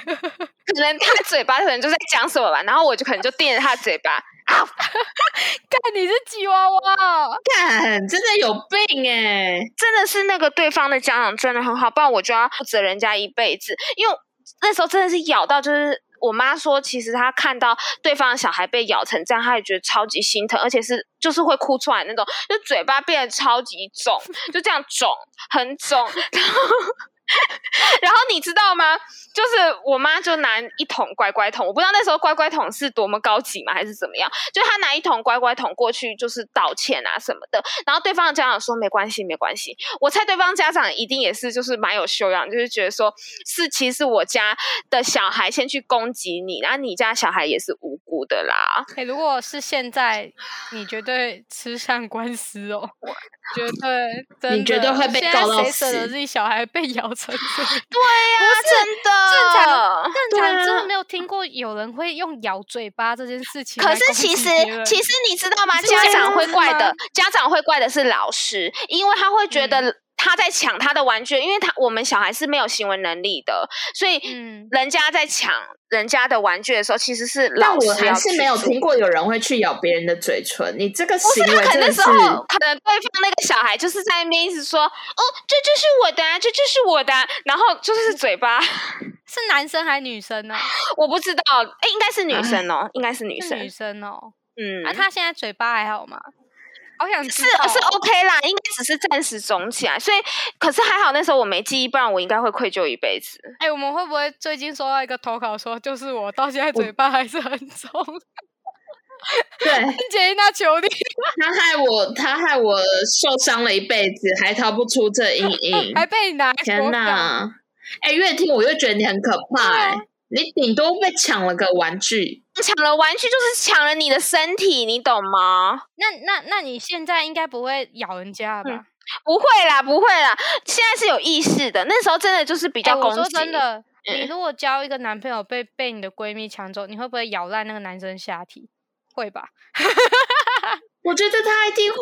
Speaker 3: 可能他嘴巴可能就在讲什么吧，然后我就可能就盯着他的嘴巴，
Speaker 2: 看你是吉娃娃哦，
Speaker 1: 干，真的有病哎、
Speaker 3: 真的是那个对方的家长真的很好，不然我就要负责人家一辈子，因为那时候真的是咬到就是。我妈说，其实她看到对方的小孩被咬成这样，她也觉得超级心疼，而且是就是会哭出来那种，就嘴巴变得超级肿，就这样肿，很肿。 然后，然后你知道吗？就是我妈就拿一桶乖乖桶，我不知道那时候乖乖桶是多么高级嘛，还是怎么样？就她拿一桶乖乖桶过去，就是道歉啊什么的。然后对方的家长说没关系，没关系。我猜对方家长一定也是就是蛮有修养，就是觉得说是其实我家的小孩先去攻击你，然后你家小孩也是无辜的啦。
Speaker 2: 哎、如果是现在，你绝对吃上官司哦，绝对，真
Speaker 1: 你绝对
Speaker 2: 的
Speaker 1: 会被
Speaker 2: 现在
Speaker 1: 告到
Speaker 2: 谁舍得
Speaker 1: 死
Speaker 2: 自己小孩被咬成这样？
Speaker 3: 对啊呀、真的
Speaker 2: 正常正
Speaker 1: 对
Speaker 2: 常真
Speaker 1: 啊
Speaker 2: 的没有听过有人会用咬嘴巴这件事情来
Speaker 3: 可
Speaker 2: 攻
Speaker 3: 是
Speaker 2: 击
Speaker 3: 其
Speaker 2: 别
Speaker 3: 实
Speaker 2: 人。，
Speaker 3: 其实你知道吗？
Speaker 2: 你是这
Speaker 3: 家
Speaker 2: 样
Speaker 3: 长会
Speaker 2: 子
Speaker 3: 怪的
Speaker 2: 吗，
Speaker 3: 家长会怪的是老师，因为他会觉
Speaker 2: 嗯
Speaker 3: 得他在抢他的玩具，因为他我们小孩是没有行为能力的，所以
Speaker 2: 嗯，
Speaker 3: 人家在抢人家的玩具的时候，其实是
Speaker 1: 但
Speaker 3: 老师
Speaker 1: 我还
Speaker 3: 要
Speaker 1: 是
Speaker 3: 去
Speaker 1: 没有
Speaker 3: 做
Speaker 1: 听过有人会去咬别人的嘴唇，你这个
Speaker 3: 不是
Speaker 1: 行
Speaker 3: 他
Speaker 1: 为
Speaker 3: 可
Speaker 1: 真
Speaker 3: 能那
Speaker 1: 的
Speaker 3: 时
Speaker 1: 是，
Speaker 3: 候可能对方那个小孩就是在那边一直说，哦，这就是我的、啊，这就是我的啊、然后就是嘴巴，
Speaker 2: 是男生还是女生呢、哦
Speaker 3: 我不知道，哎，应该是女生哦，应该是女
Speaker 2: 是
Speaker 3: 生
Speaker 2: 女，生哦。
Speaker 3: 嗯，
Speaker 2: 啊，她现在嘴巴还好吗？好想
Speaker 3: 是啊
Speaker 2: 知道
Speaker 3: 是
Speaker 2: 哦
Speaker 3: OK 啦，应该只是暂时肿起来，所以可是还好那时候我没记忆，不然我应该会愧疚一辈子。
Speaker 2: 哎、我们会不会最近收到一个投稿说，就是我到现在
Speaker 1: 我
Speaker 2: 嘴巴还是很 肿？
Speaker 1: 对，
Speaker 2: 杰娜求你，
Speaker 1: 他害我，他害我受伤了一辈子，还逃不出这
Speaker 3: 嗯
Speaker 1: 阴影。
Speaker 2: 还被你拿来投
Speaker 1: 天
Speaker 2: 稿，
Speaker 1: 哪！哎、越听我越觉得你很可怕、
Speaker 2: 对
Speaker 1: 哎、
Speaker 2: 啊
Speaker 1: 你顶多被抢了个玩具，
Speaker 3: 抢了玩具就是抢了你的身体，你懂吗？
Speaker 2: 那那那你现在应该不会咬人家了
Speaker 3: 嗯
Speaker 2: 吧？
Speaker 3: 不会啦，不会啦，现在是有意识的。那时候真的就是比
Speaker 2: 哎，
Speaker 3: 较攻
Speaker 2: 我
Speaker 3: 击。
Speaker 2: 说真，的，你
Speaker 3: 嗯
Speaker 2: 如果交一个男朋友被被你的闺蜜抢走，你会不会咬烂那个男生下体？会吧？
Speaker 1: 我觉得他一定会，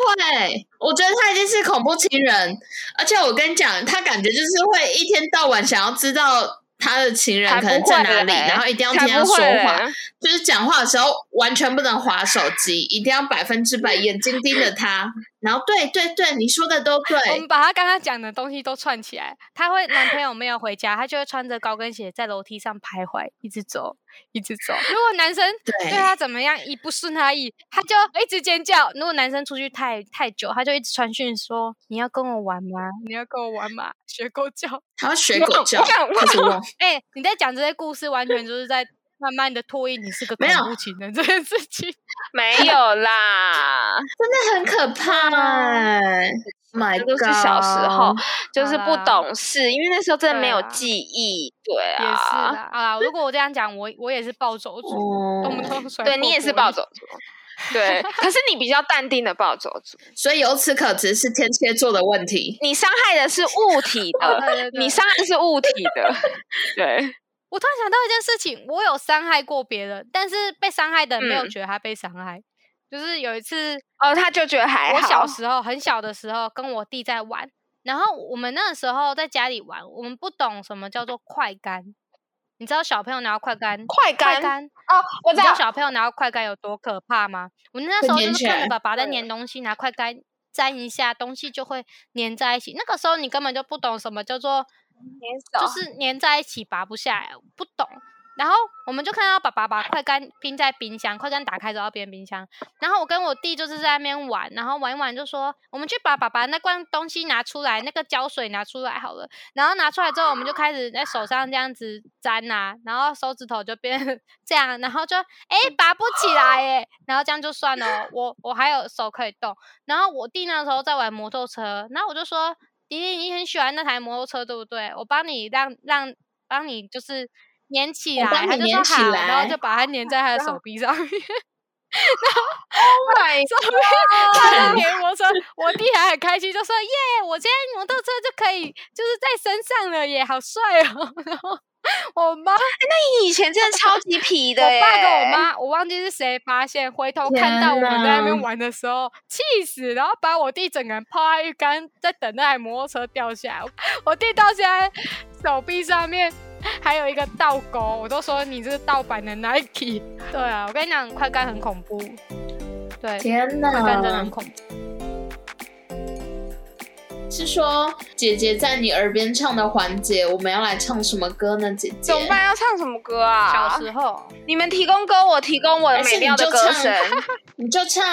Speaker 1: 我觉得他一定是恐怖情人，而且我跟你讲，他感觉就是会一天到晚想要知道他的情人
Speaker 3: 才
Speaker 1: 可能
Speaker 3: 不
Speaker 1: 在
Speaker 3: 会
Speaker 1: 哪里，
Speaker 3: 嘞
Speaker 1: 然后一定要听
Speaker 3: 才
Speaker 1: 他
Speaker 3: 不
Speaker 1: 说
Speaker 3: 会欸
Speaker 1: 话，
Speaker 3: 嘞。
Speaker 1: 就是讲话的时候完全不能划手机，一定要百分之百眼睛盯着他。然后对对对，你说的都对，
Speaker 2: 我们把他刚刚讲的东西都串起来。他会男朋友没有回家，他就会穿着高跟鞋在楼梯上徘徊，一直走，一直走。如果男生对
Speaker 1: 对
Speaker 3: 啊
Speaker 2: 他怎么样一不顺他意，他就一直尖叫。如果男生出去太太久，他就一直传讯说：“你要跟我玩吗？你要跟我玩吗？学狗叫。
Speaker 1: 他要学狗叫，
Speaker 3: 我想
Speaker 1: 可 是我
Speaker 2: 哎、你在讲这些故事，完全就是在慢慢的唾液你是个恐
Speaker 1: 没有
Speaker 2: 怖情人 这件事情。
Speaker 3: 没有啦，
Speaker 1: 真的很可怕、哎 My
Speaker 3: 都是小时候
Speaker 1: God
Speaker 3: 就是
Speaker 2: 好
Speaker 3: 不
Speaker 2: 啦
Speaker 3: 懂事，因为那时候真的没有
Speaker 2: 对啊
Speaker 3: 记忆，对
Speaker 2: 也是
Speaker 3: 啊，
Speaker 2: 啦。好啦，如果我这样讲，我我也是暴走族，动不
Speaker 1: 哦，
Speaker 2: 动甩
Speaker 3: 对
Speaker 2: 破
Speaker 3: 你也是
Speaker 2: 玻璃
Speaker 3: 暴走族， 对，可是你比较淡定的暴走族，
Speaker 1: 所以由此可知是天蝎座的问题。
Speaker 3: 你伤害的是物体的，
Speaker 2: 对对对
Speaker 3: 你伤害的是物体的， 对，
Speaker 2: 我突然想到一件事情，我有伤害过别人，但是被伤害的人没有
Speaker 3: 嗯
Speaker 2: 觉得他被伤害。就是有一次，
Speaker 3: 哦，他就觉得还
Speaker 2: 我
Speaker 3: 好，
Speaker 2: 小时候很小的时候跟我弟在玩，然后我们那个时候在家里玩，我们不懂什么叫做快干。你知道小朋友拿到快干？
Speaker 3: 快
Speaker 2: 快
Speaker 3: 干
Speaker 2: 干，
Speaker 3: 哦，我
Speaker 2: 你
Speaker 3: 知
Speaker 2: 知
Speaker 3: 道
Speaker 2: 道，小朋友拿到快干有多可怕吗？我那时候
Speaker 1: 粘
Speaker 2: 就是
Speaker 1: 起
Speaker 2: 看
Speaker 1: 来
Speaker 2: 着爸爸在
Speaker 3: 对
Speaker 2: 粘东西，拿快干粘一下，东西就会粘在一起。那个时候你根本就不懂什么叫做就
Speaker 3: 就是
Speaker 2: 粘在一起拔不下来，不懂。然后我们就看到爸爸把快干冰在冰箱，快干打开之后变冰箱。然后我跟我弟就是在那边玩，然后玩一玩就说，我们去把爸爸那罐东西拿出来，那个胶水拿出来好了。然后拿出来之后，我们就开始在手上这样子粘啊，然后手指头就变 成这样，然后就哎拔不起来哎，然后这样就算了哦，我我还有手可以动。然后我弟那时候在玩摩托车，然后我就说：“弟弟，你很喜欢那台摩托车，对不对？我帮你让让帮你就是粘起
Speaker 1: 我
Speaker 2: 来。”
Speaker 1: 帮
Speaker 2: 他
Speaker 1: 你粘
Speaker 2: 就说
Speaker 1: 起
Speaker 2: 好，然
Speaker 1: 来
Speaker 2: 后就把它粘在他的手臂上面，
Speaker 3: 对，
Speaker 2: 手臂 他就粘摩托车。我弟还很开心，就说：“耶，我现在摩托车就可以就是在身上了耶，好帅哦！” 然后我妈
Speaker 3: 你以前真的超级 皮的耶，
Speaker 2: 我爸跟我妈，我忘记是谁发现，回头看到我们在那
Speaker 1: 天
Speaker 2: 边
Speaker 1: 哪
Speaker 2: 玩的时候，气死，然后把我弟整个人泡在浴缸，在等那台摩托车掉下来。我弟到现在手臂上面还有一个倒钩，我都说你这是盗版的 Nike。对啊，我跟你讲，快干很恐怖。对，
Speaker 1: 天
Speaker 2: 快干真的很
Speaker 1: 哪！
Speaker 2: 恐怖。
Speaker 1: 是说姐姐在你耳边唱的环节，我们要来唱什么歌呢？姐姐
Speaker 3: 怎，么办？要唱什么歌啊？
Speaker 2: 小时候，
Speaker 3: 你们提供歌，我提供我
Speaker 1: 还
Speaker 3: 的
Speaker 1: 是
Speaker 3: 美
Speaker 1: 你
Speaker 3: 妙的
Speaker 1: 就
Speaker 3: 歌
Speaker 1: 唱
Speaker 3: 声。
Speaker 1: 你就唱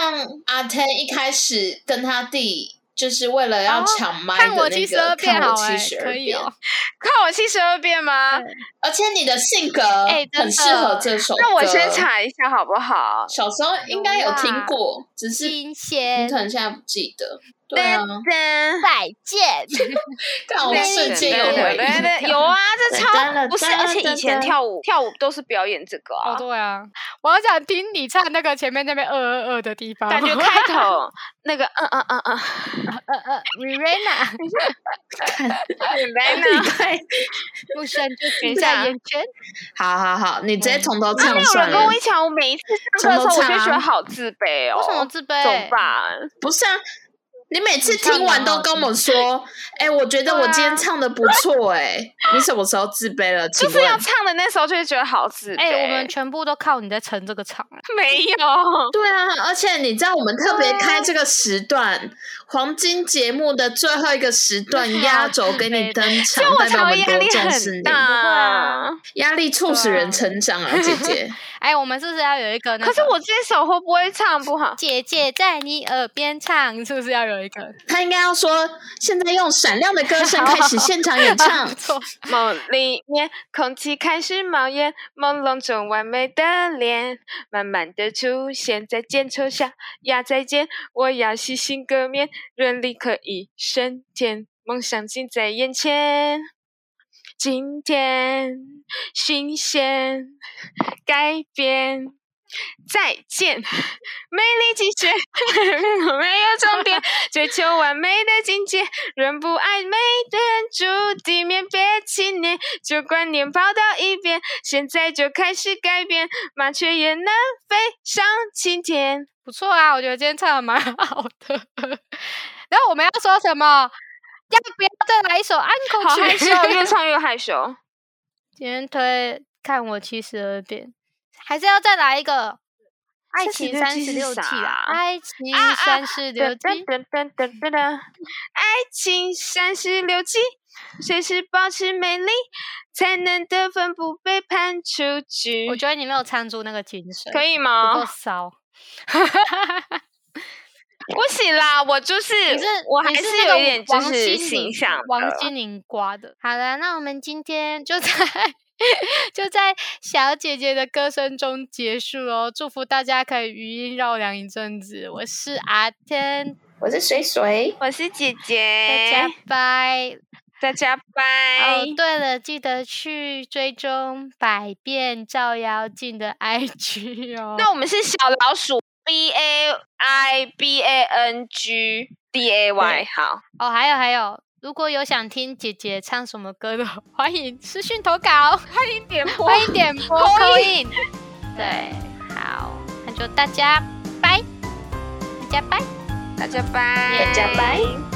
Speaker 1: 阿 Ten 一开始跟他弟。就是为了要
Speaker 2: 哦
Speaker 1: 抢麦的
Speaker 2: 看
Speaker 1: 那
Speaker 2: 我
Speaker 1: 个，
Speaker 2: 七十二变好哎、
Speaker 1: 七十二
Speaker 2: 可以
Speaker 1: 变，
Speaker 2: 哦。
Speaker 3: 看我七十二变吗？
Speaker 1: 而且你的性格
Speaker 2: 哎真
Speaker 1: 很适合
Speaker 2: 的
Speaker 1: 这首歌。
Speaker 3: 那我先查一下好不好？
Speaker 1: 小时候应该有听过，只是你
Speaker 2: 金仙
Speaker 1: 可能现在不记得。对啊，
Speaker 3: 噔
Speaker 2: 再见。
Speaker 1: 但我瞬间有回
Speaker 3: 对
Speaker 1: 忆。
Speaker 3: 对对 有啊，这
Speaker 1: 对哒啦
Speaker 3: 超不是，
Speaker 1: 哒
Speaker 3: 而且以前
Speaker 1: 哒哒
Speaker 3: 跳舞跳舞都是表演这个
Speaker 2: 哦，
Speaker 3: 啊，
Speaker 2: 对啊，我好想听你唱那个前面那边二二二的地方，
Speaker 3: 感觉开头那个嗯嗯嗯嗯，
Speaker 2: 呃呃 r i a n a 哎
Speaker 3: 来呢，
Speaker 1: 对，
Speaker 2: 不生 就垂
Speaker 3: 对
Speaker 2: 下
Speaker 3: 啊
Speaker 2: 眼圈，
Speaker 1: 好好好，你直接从头
Speaker 3: 没
Speaker 1: 唱
Speaker 3: 有
Speaker 1: 算
Speaker 3: 人跟
Speaker 1: 了
Speaker 3: 我。一起啊，我每一次上课的时
Speaker 1: 从头
Speaker 3: 候，我就觉
Speaker 1: 唱啊
Speaker 3: 得好自卑哦，
Speaker 2: 为什么自卑？
Speaker 3: 怎么办？
Speaker 1: 不是啊，你每次听完都跟我说，哎，我觉得我今天唱的不错，哎，你什么时候自卑了？请
Speaker 3: 就是要
Speaker 1: 问？
Speaker 3: 唱的那时候就会觉得好自卑。
Speaker 2: 哎、我们全部都靠你在撑这个场，啊
Speaker 3: 没有，
Speaker 1: 对啊，而且你知道我们特别开这个时段，黄金节目的最后一个时段，
Speaker 2: 对啊
Speaker 1: 压轴给你登场，
Speaker 3: 啊我
Speaker 1: 代表我
Speaker 3: 常
Speaker 1: 们
Speaker 3: 常压
Speaker 1: 多
Speaker 3: 力
Speaker 1: 重视
Speaker 3: 很
Speaker 1: 你。
Speaker 2: 啊
Speaker 3: 大。
Speaker 1: 压力促使人成长啊，姐 姐。
Speaker 2: 哎、我们是不是要有一个、那
Speaker 3: 可是
Speaker 2: 个
Speaker 3: 我这首会不会唱不好？
Speaker 2: 姐姐在你耳边唱，是不是要有一 个？
Speaker 1: 她应该要说，现在用闪亮的歌声开始现场 演唱
Speaker 2: 不。错，
Speaker 3: 梦里面空气开始冒烟，朦胧中完美的脸慢慢的出现在肩抽下，呀再见，我要洗心革面，人力可以升天，梦想近在眼前。今天新鲜改变，再见， 美丽极限， 没有终点，追求完美的境界，人不爱美的人住地面，别气馁，旧观念抛到一边，现在就开始改变，麻雀也能飞上青天。
Speaker 2: 不错啊，我觉得今天唱的蛮好的。 然后我们要说什么？要不要再来一首安可
Speaker 3: 好
Speaker 2: 曲？
Speaker 3: 害羞，越唱越害羞。
Speaker 2: 今天推看我七十二变，还是要再来一个爱情
Speaker 3: 36
Speaker 2: 三
Speaker 3: 计
Speaker 2: 十
Speaker 3: 是
Speaker 2: 六计啦，
Speaker 3: 啥
Speaker 2: 爱情
Speaker 3: 啊
Speaker 2: 三十六
Speaker 3: 噔
Speaker 2: 计，
Speaker 3: 噔噔噔噔噔噔，爱情三十六计，随时保持美丽，才能得分不被判出局
Speaker 2: 我。觉得你没有唱出那个精髓，
Speaker 3: 可
Speaker 2: 以
Speaker 3: 以
Speaker 2: 不够
Speaker 3: 吗？
Speaker 2: 骚。
Speaker 3: 不行啦，我就是
Speaker 2: 你是
Speaker 3: 我还
Speaker 2: 你是
Speaker 3: 有
Speaker 2: 那
Speaker 3: 一
Speaker 2: 种
Speaker 3: 点就
Speaker 2: 王
Speaker 3: 是
Speaker 2: 心
Speaker 3: 形
Speaker 2: 凌
Speaker 3: 象的
Speaker 2: 王心凌刮的。好了，那我们今天就在 就在小姐姐的歌声中结束哦，祝福大家可以余音绕梁一阵子。我是阿天，
Speaker 1: 我是水水，
Speaker 3: 我是姐
Speaker 2: 大
Speaker 3: 姐
Speaker 2: 家，拜。
Speaker 3: 大家拜。
Speaker 2: 哦，对了，记得去追踪百变照妖镜的 IG 哦。
Speaker 3: 那我们是小老鼠 B A I B A N G D A Y，好，
Speaker 2: 哦，还有还有，如果有想听姐姐唱什么歌的， 欢迎私讯投稿，
Speaker 3: 欢迎点播
Speaker 2: 欢迎点播
Speaker 3: Call
Speaker 2: in。对，好，那就大家拜，大家拜。
Speaker 3: 大家拜，
Speaker 1: 大家拜。